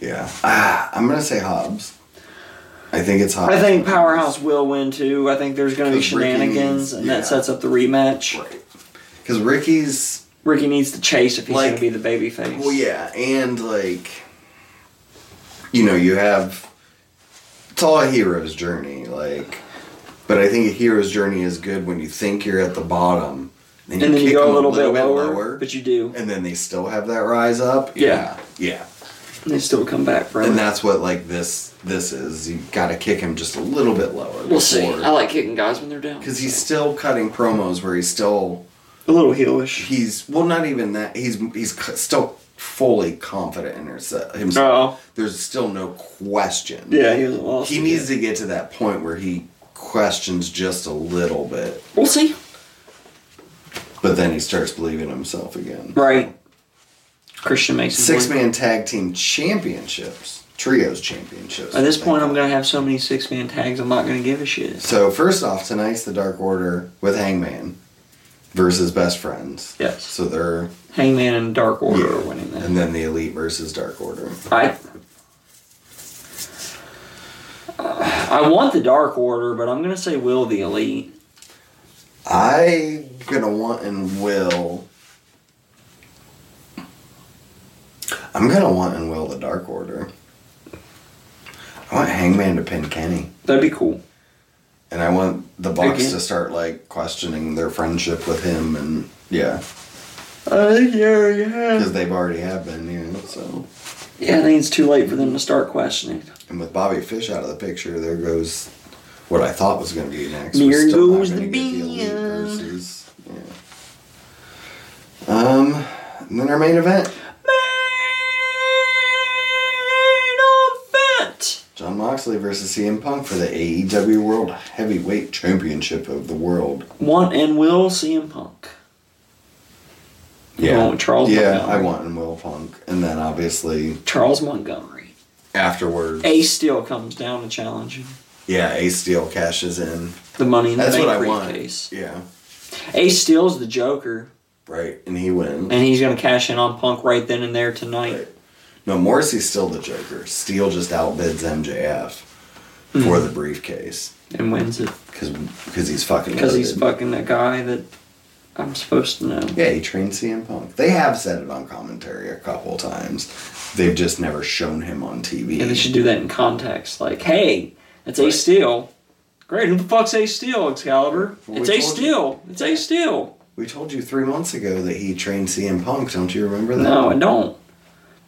Speaker 1: Yeah. Ah, I'm gonna say Hobbs. I think it's Hobbs.
Speaker 2: I think Powerhouse will win too. I think there's going to be
Speaker 1: 'Cause Ricky
Speaker 2: shenanigans,
Speaker 1: needs-
Speaker 2: and
Speaker 1: yeah.
Speaker 2: that sets up the rematch.
Speaker 1: Right. Because Ricky's.
Speaker 2: Ricky needs to chase if he's
Speaker 1: Like-
Speaker 2: going to be the babyface.
Speaker 1: Well, yeah, and like. You know, you have. It's all a hero's journey, like. But I think a hero's journey is good when you think you're at the bottom, then
Speaker 2: and then you
Speaker 1: kick
Speaker 2: go
Speaker 1: them
Speaker 2: a little, bit, lower, but you do,
Speaker 1: and then they still have that rise up.
Speaker 2: Yeah.
Speaker 1: Yeah.
Speaker 2: and they still come back from
Speaker 1: And
Speaker 2: it.
Speaker 1: that's what like this this is. You got to kick him just a little bit lower.
Speaker 2: We'll see. I like kicking guys when they're down.
Speaker 1: Because he's still cutting promos where he's still
Speaker 2: a little heelish.
Speaker 1: he's well not even that he's he's c- still fully confident in herse- himself.
Speaker 2: Oh,
Speaker 1: There's still no question.
Speaker 2: yeah, he was lost.
Speaker 1: He needs to get to that point where he questions just a little bit,
Speaker 2: We'll see.
Speaker 1: but then he starts believing himself again.
Speaker 2: Right. Christian Mason.
Speaker 1: Six man tag team championships, trios championships.
Speaker 2: At this point,
Speaker 1: Thank
Speaker 2: I'm going to have so many six man tags. I'm not going to give a shit.
Speaker 1: So first off, tonight's the Dark Order with Hangman versus Best Friends.
Speaker 2: Yes.
Speaker 1: So they're
Speaker 2: Hangman and Dark Order are
Speaker 1: Yeah.
Speaker 2: winning that.
Speaker 1: and then the Elite versus Dark Order.
Speaker 2: I I want the Dark Order, but I'm gonna say Will the Elite.
Speaker 1: I gonna want and will. I'm gonna want and will the Dark Order. I want Hangman to pin Kenny,
Speaker 2: That'd be cool.
Speaker 1: and I want the Bucks
Speaker 2: Okay.
Speaker 1: to start like questioning their friendship with him, and yeah,
Speaker 2: Uh, yeah, yeah.
Speaker 1: because they've already have been, you know. So,
Speaker 2: Yeah, I think it's too late for them to start questioning.
Speaker 1: and with Bobby Fish out of the picture, there goes what I thought was gonna be next.
Speaker 2: There
Speaker 1: We're still not
Speaker 2: goes
Speaker 1: gonna
Speaker 2: the
Speaker 1: get Elite
Speaker 2: band.
Speaker 1: versus- yeah. Um, And then our main event,
Speaker 2: Main event.
Speaker 1: John Moxley versus CM Punk for the AEW World Heavyweight Championship of the World.
Speaker 2: Want and will CM Punk. You want with Charles
Speaker 1: Yeah,
Speaker 2: Montgomery.
Speaker 1: I want and Will Punk. And then obviously
Speaker 2: Charles Montgomery.
Speaker 1: afterwards,
Speaker 2: Ace Steel comes down to challenge him.
Speaker 1: yeah, Ace Steel cashes in.
Speaker 2: The money in the
Speaker 1: That's
Speaker 2: bank
Speaker 1: what I want.
Speaker 2: briefcase.
Speaker 1: Yeah,
Speaker 2: Ace Steel's the Joker,
Speaker 1: right. And he wins.
Speaker 2: and he's gonna cash in on Punk right then and there tonight.
Speaker 1: Right. No, Morrissey's still the Joker. Steele just outbids MJF
Speaker 2: Hmm.
Speaker 1: for the briefcase
Speaker 2: and wins it
Speaker 1: because he's fucking
Speaker 2: because he's
Speaker 1: loaded.
Speaker 2: fucking the guy that I'm supposed to know.
Speaker 1: Yeah, he trained CM Punk. They have said it on commentary a couple times. They've just never shown him on TV.
Speaker 2: And they should do that in context, like, "Hey, that's Ace Steel. Great, who the fuck's Ace Steel, Excalibur?
Speaker 1: Well, we
Speaker 2: it's Ace
Speaker 1: told you.
Speaker 2: Steel. It's Ace Steel."
Speaker 1: we told you three months ago that he trained CM Punk. Don't you remember that?
Speaker 2: No, I don't,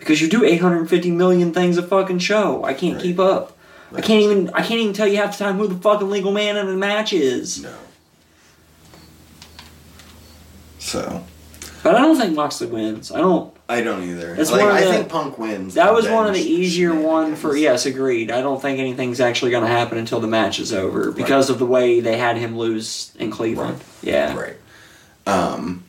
Speaker 2: because you do 850 million things a fucking show. I can't
Speaker 1: Right.
Speaker 2: keep up.
Speaker 1: Right.
Speaker 2: I can't even. I can't even tell you half the time who the fucking legal man in the match is.
Speaker 1: No. So
Speaker 2: But I don't think Moxley wins. I don't.
Speaker 1: I don't either.
Speaker 2: That's
Speaker 1: like
Speaker 2: one of
Speaker 1: I
Speaker 2: the-
Speaker 1: think Punk wins.
Speaker 2: That
Speaker 1: the
Speaker 2: was one of the
Speaker 1: bench
Speaker 2: easier one for
Speaker 1: shenanigans.
Speaker 2: yes, agreed. I don't think anything's actually going to happen until the match is over because of the way they had him lose in Cleveland. Yeah,
Speaker 1: Right. Um,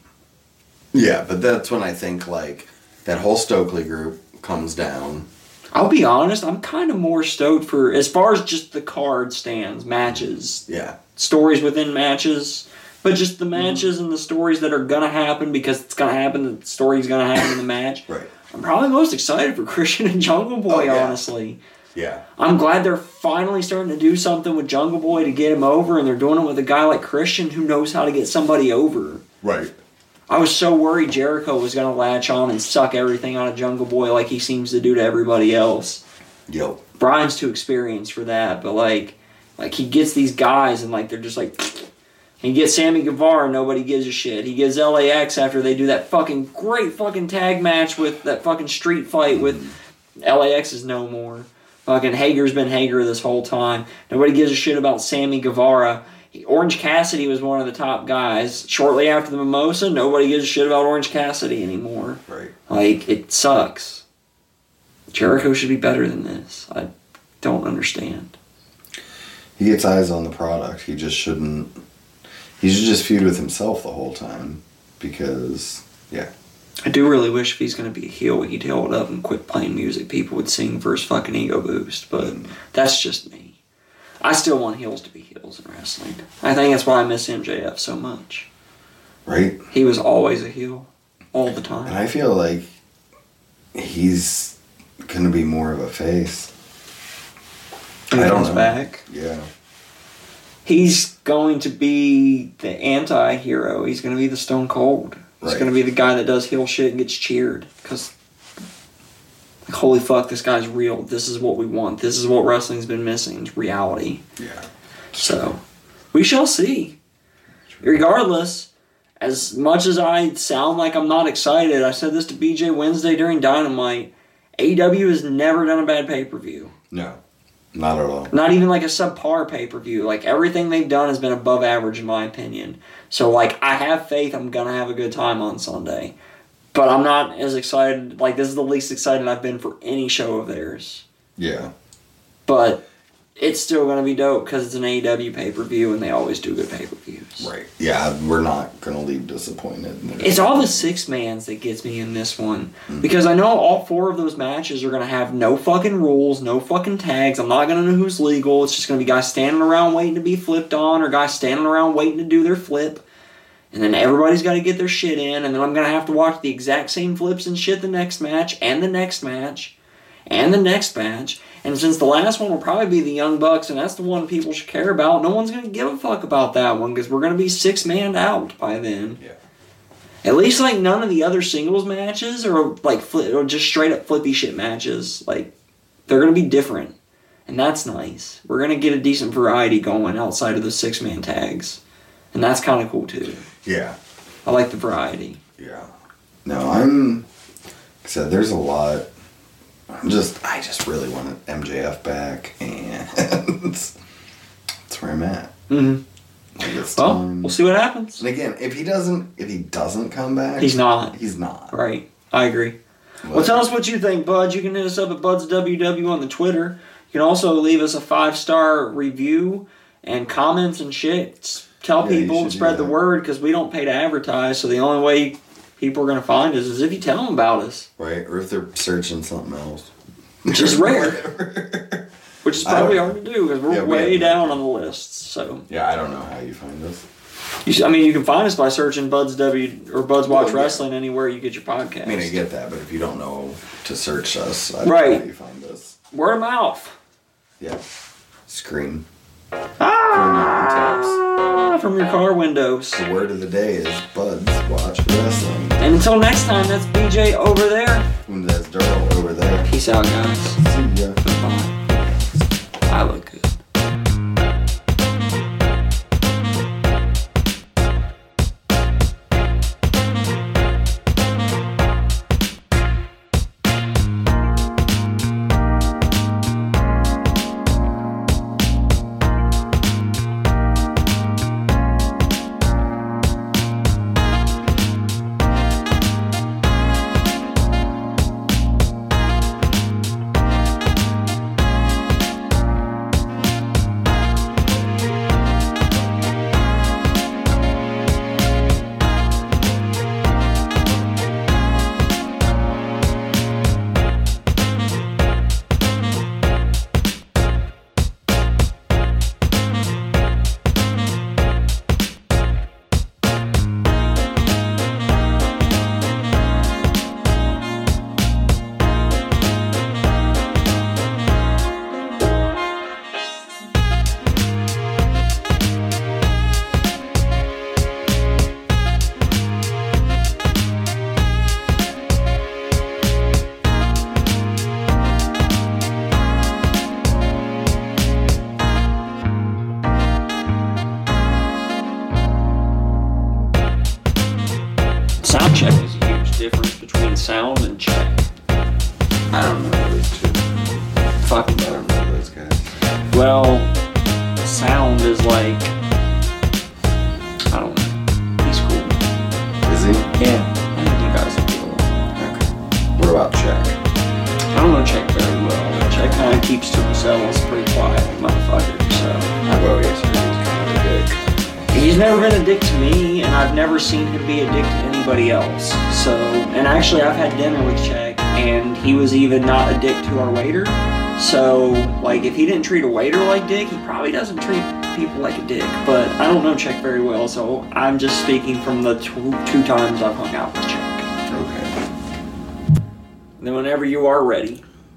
Speaker 1: yeah, but that's when I think like that whole Stokely group comes down.
Speaker 2: I'll be honest. I'm kind of more stoked for as far as just the card stands, matches,
Speaker 1: Yeah.
Speaker 2: stories within matches, but just the
Speaker 1: Mm-hmm.
Speaker 2: matches and the stories that are going to happen because it's going to happen. The story's going to happen in the match.
Speaker 1: Right. Oh,
Speaker 2: I'm probably most excited for Christian and Jungle Boy.
Speaker 1: yeah.
Speaker 2: Honestly,
Speaker 1: Yeah.
Speaker 2: I'm glad they're finally starting to do something with Jungle Boy to get him over, and they're doing it with a guy like Christian who knows how to get somebody over.
Speaker 1: Right.
Speaker 2: I was so worried Jericho was going to latch on and suck everything out of Jungle Boy like he seems to do to everybody else.
Speaker 1: Yo.
Speaker 2: Brian's too experienced for that, but like, like he gets these guys and like they're just like, he gets Sammy Guevara, nobody gives a shit. He gives LAX after they do that fucking great fucking tag match with that fucking street fight with LAX is no more. Fucking Hager's been Hager this whole time. Nobody gives a shit about Sammy Guevara. He- Orange Cassidy was one of the top guys. Shortly after the Mimosa, nobody gives a shit about Orange Cassidy anymore.
Speaker 1: Right.
Speaker 2: Like it sucks. Jericho should be better than this. I don't understand.
Speaker 1: He gets eyes on the product. He just shouldn't. He should just feud with himself the whole time because yeah.
Speaker 2: I do really wish if he's going to be a heel, he'd held up and quit playing music. People would sing for his fucking ego boost, but that's just me. I still want heels to be heels in wrestling. I think that's why I miss MJF so much.
Speaker 1: Right.
Speaker 2: He was always a heel, all the
Speaker 1: And
Speaker 2: time.
Speaker 1: I feel like he's gonna be more of a face.
Speaker 2: When
Speaker 1: I
Speaker 2: he
Speaker 1: don't
Speaker 2: comes
Speaker 1: know.
Speaker 2: back.
Speaker 1: Yeah.
Speaker 2: He's going to be the anti-hero. He's going to be the Stone Cold. He's
Speaker 1: Right.
Speaker 2: going to be the guy that does heel shit and gets cheered because, like, holy fuck, this guy's real. This is what we want. This is what wrestling's been missing: is reality.
Speaker 1: Yeah.
Speaker 2: So, we shall see. Regardless, as much as I sound like I'm not excited, I said this to BJ Wednesday during Dynamite. AEW has never done a bad pay per view
Speaker 1: No. Not at all.
Speaker 2: not even like a subpar pay per view. Like everything they've done has been above average in my opinion. So like I have faith I'm gonna have a good time on Sunday. But I'm not as excited like this is the least excited I've been for any show of theirs.
Speaker 1: Yeah.
Speaker 2: But it's still gonna be dope because it's an AEW pay per view and they always do good pay per views.
Speaker 1: Right. Yeah. We're not gonna leave disappointed.
Speaker 2: It's all the six mans that gets me in this one because I know all four of those matches are gonna have no fucking rules, no fucking tags. I'm not gonna know who's legal. It's just gonna be guys standing around waiting to be flipped on, or guys standing around waiting to do their flip. And then everybody's got to get their shit in, and then I'm gonna have to watch the exact same flips and shit the next match, and the next match, and the next match. And since the last one will probably be the Young Bucks, and that's the one people should care about, no one's gonna give a fuck about that one because we're gonna be six man out by then.
Speaker 1: Yeah.
Speaker 2: At least like none of the other singles matches or like fli or just straight up flippy shit matches. Like they're gonna be different, and that's nice. We're gonna get a decent variety going outside of the six man tags, and that's kind of cool too.
Speaker 1: Yeah.
Speaker 2: I like the variety.
Speaker 1: Yeah. No, I'm. Like I said there's a lot. I'm just. I just really want MJF back, and that's where I'm at.
Speaker 2: Mm-hmm.
Speaker 1: Like, it's It's
Speaker 2: Well,
Speaker 1: time.
Speaker 2: we'll see what happens.
Speaker 1: And again, if he doesn't, if he doesn't come back,
Speaker 2: He's not.
Speaker 1: He's not.
Speaker 2: Right. I agree. Well, tell us what you think, Bud. You can hit us up at Bud's WW on the Twitter. You can also leave us a five star review and comments and shit. S- Tell
Speaker 1: Yeah, you
Speaker 2: people
Speaker 1: should
Speaker 2: and
Speaker 1: do
Speaker 2: spread the
Speaker 1: that.
Speaker 2: word because we don't pay to advertise. So the only way people are going to find us is if you tell them about us,
Speaker 1: Right, or if they're searching something else.
Speaker 2: which is rare, which is
Speaker 1: I don't-
Speaker 2: probably hard to do because we're
Speaker 1: Yeah, we
Speaker 2: way
Speaker 1: have-
Speaker 2: down on the list. So
Speaker 1: yeah, I don't know how you find us.
Speaker 2: you, s- I mean, you can find us by searching Bud's W or Bud's Watch
Speaker 1: Well, yeah.
Speaker 2: Wrestling anywhere you get your podcast.
Speaker 1: I mean, I get that, but if you don't know to search us, I don't know
Speaker 2: Right.
Speaker 1: how you find us.
Speaker 2: word of mouth.
Speaker 1: Yeah. Scream.
Speaker 2: Ah, from your car windows.
Speaker 1: The word of the day is buds watch wrestling.
Speaker 2: And until next time, that's BJ over there.
Speaker 1: And that's Daryl over there.
Speaker 2: Peace out, guys.
Speaker 1: See ya.
Speaker 2: Bye. I look good. Sound check is a huge difference between sound and check.
Speaker 1: I don't know those two.
Speaker 2: Fucking
Speaker 1: I don't know those guys.
Speaker 2: Well, sound is like. I don't know. He's cool.
Speaker 1: Is he?
Speaker 2: Yeah. I think you guys would get along.
Speaker 1: Okay. What about check?
Speaker 2: I don't know Check very well. Check kind of keeps to himself. He's a pretty quiet motherfucker, so.
Speaker 1: How about yesterday? He's kind of a dick.
Speaker 2: He's never been a dick to me, and I've never seen him be a dick to anybody else. So, and actually, I've had dinner with Check, and he was even not a dick to our waiter. So, like, if he didn't treat a waiter like dick, he probably doesn't treat people like a dick. But I don't know Check very well, so I'm just speaking from the two, two times I've hung out with Check.
Speaker 1: Okay.
Speaker 2: Then, whenever you are ready,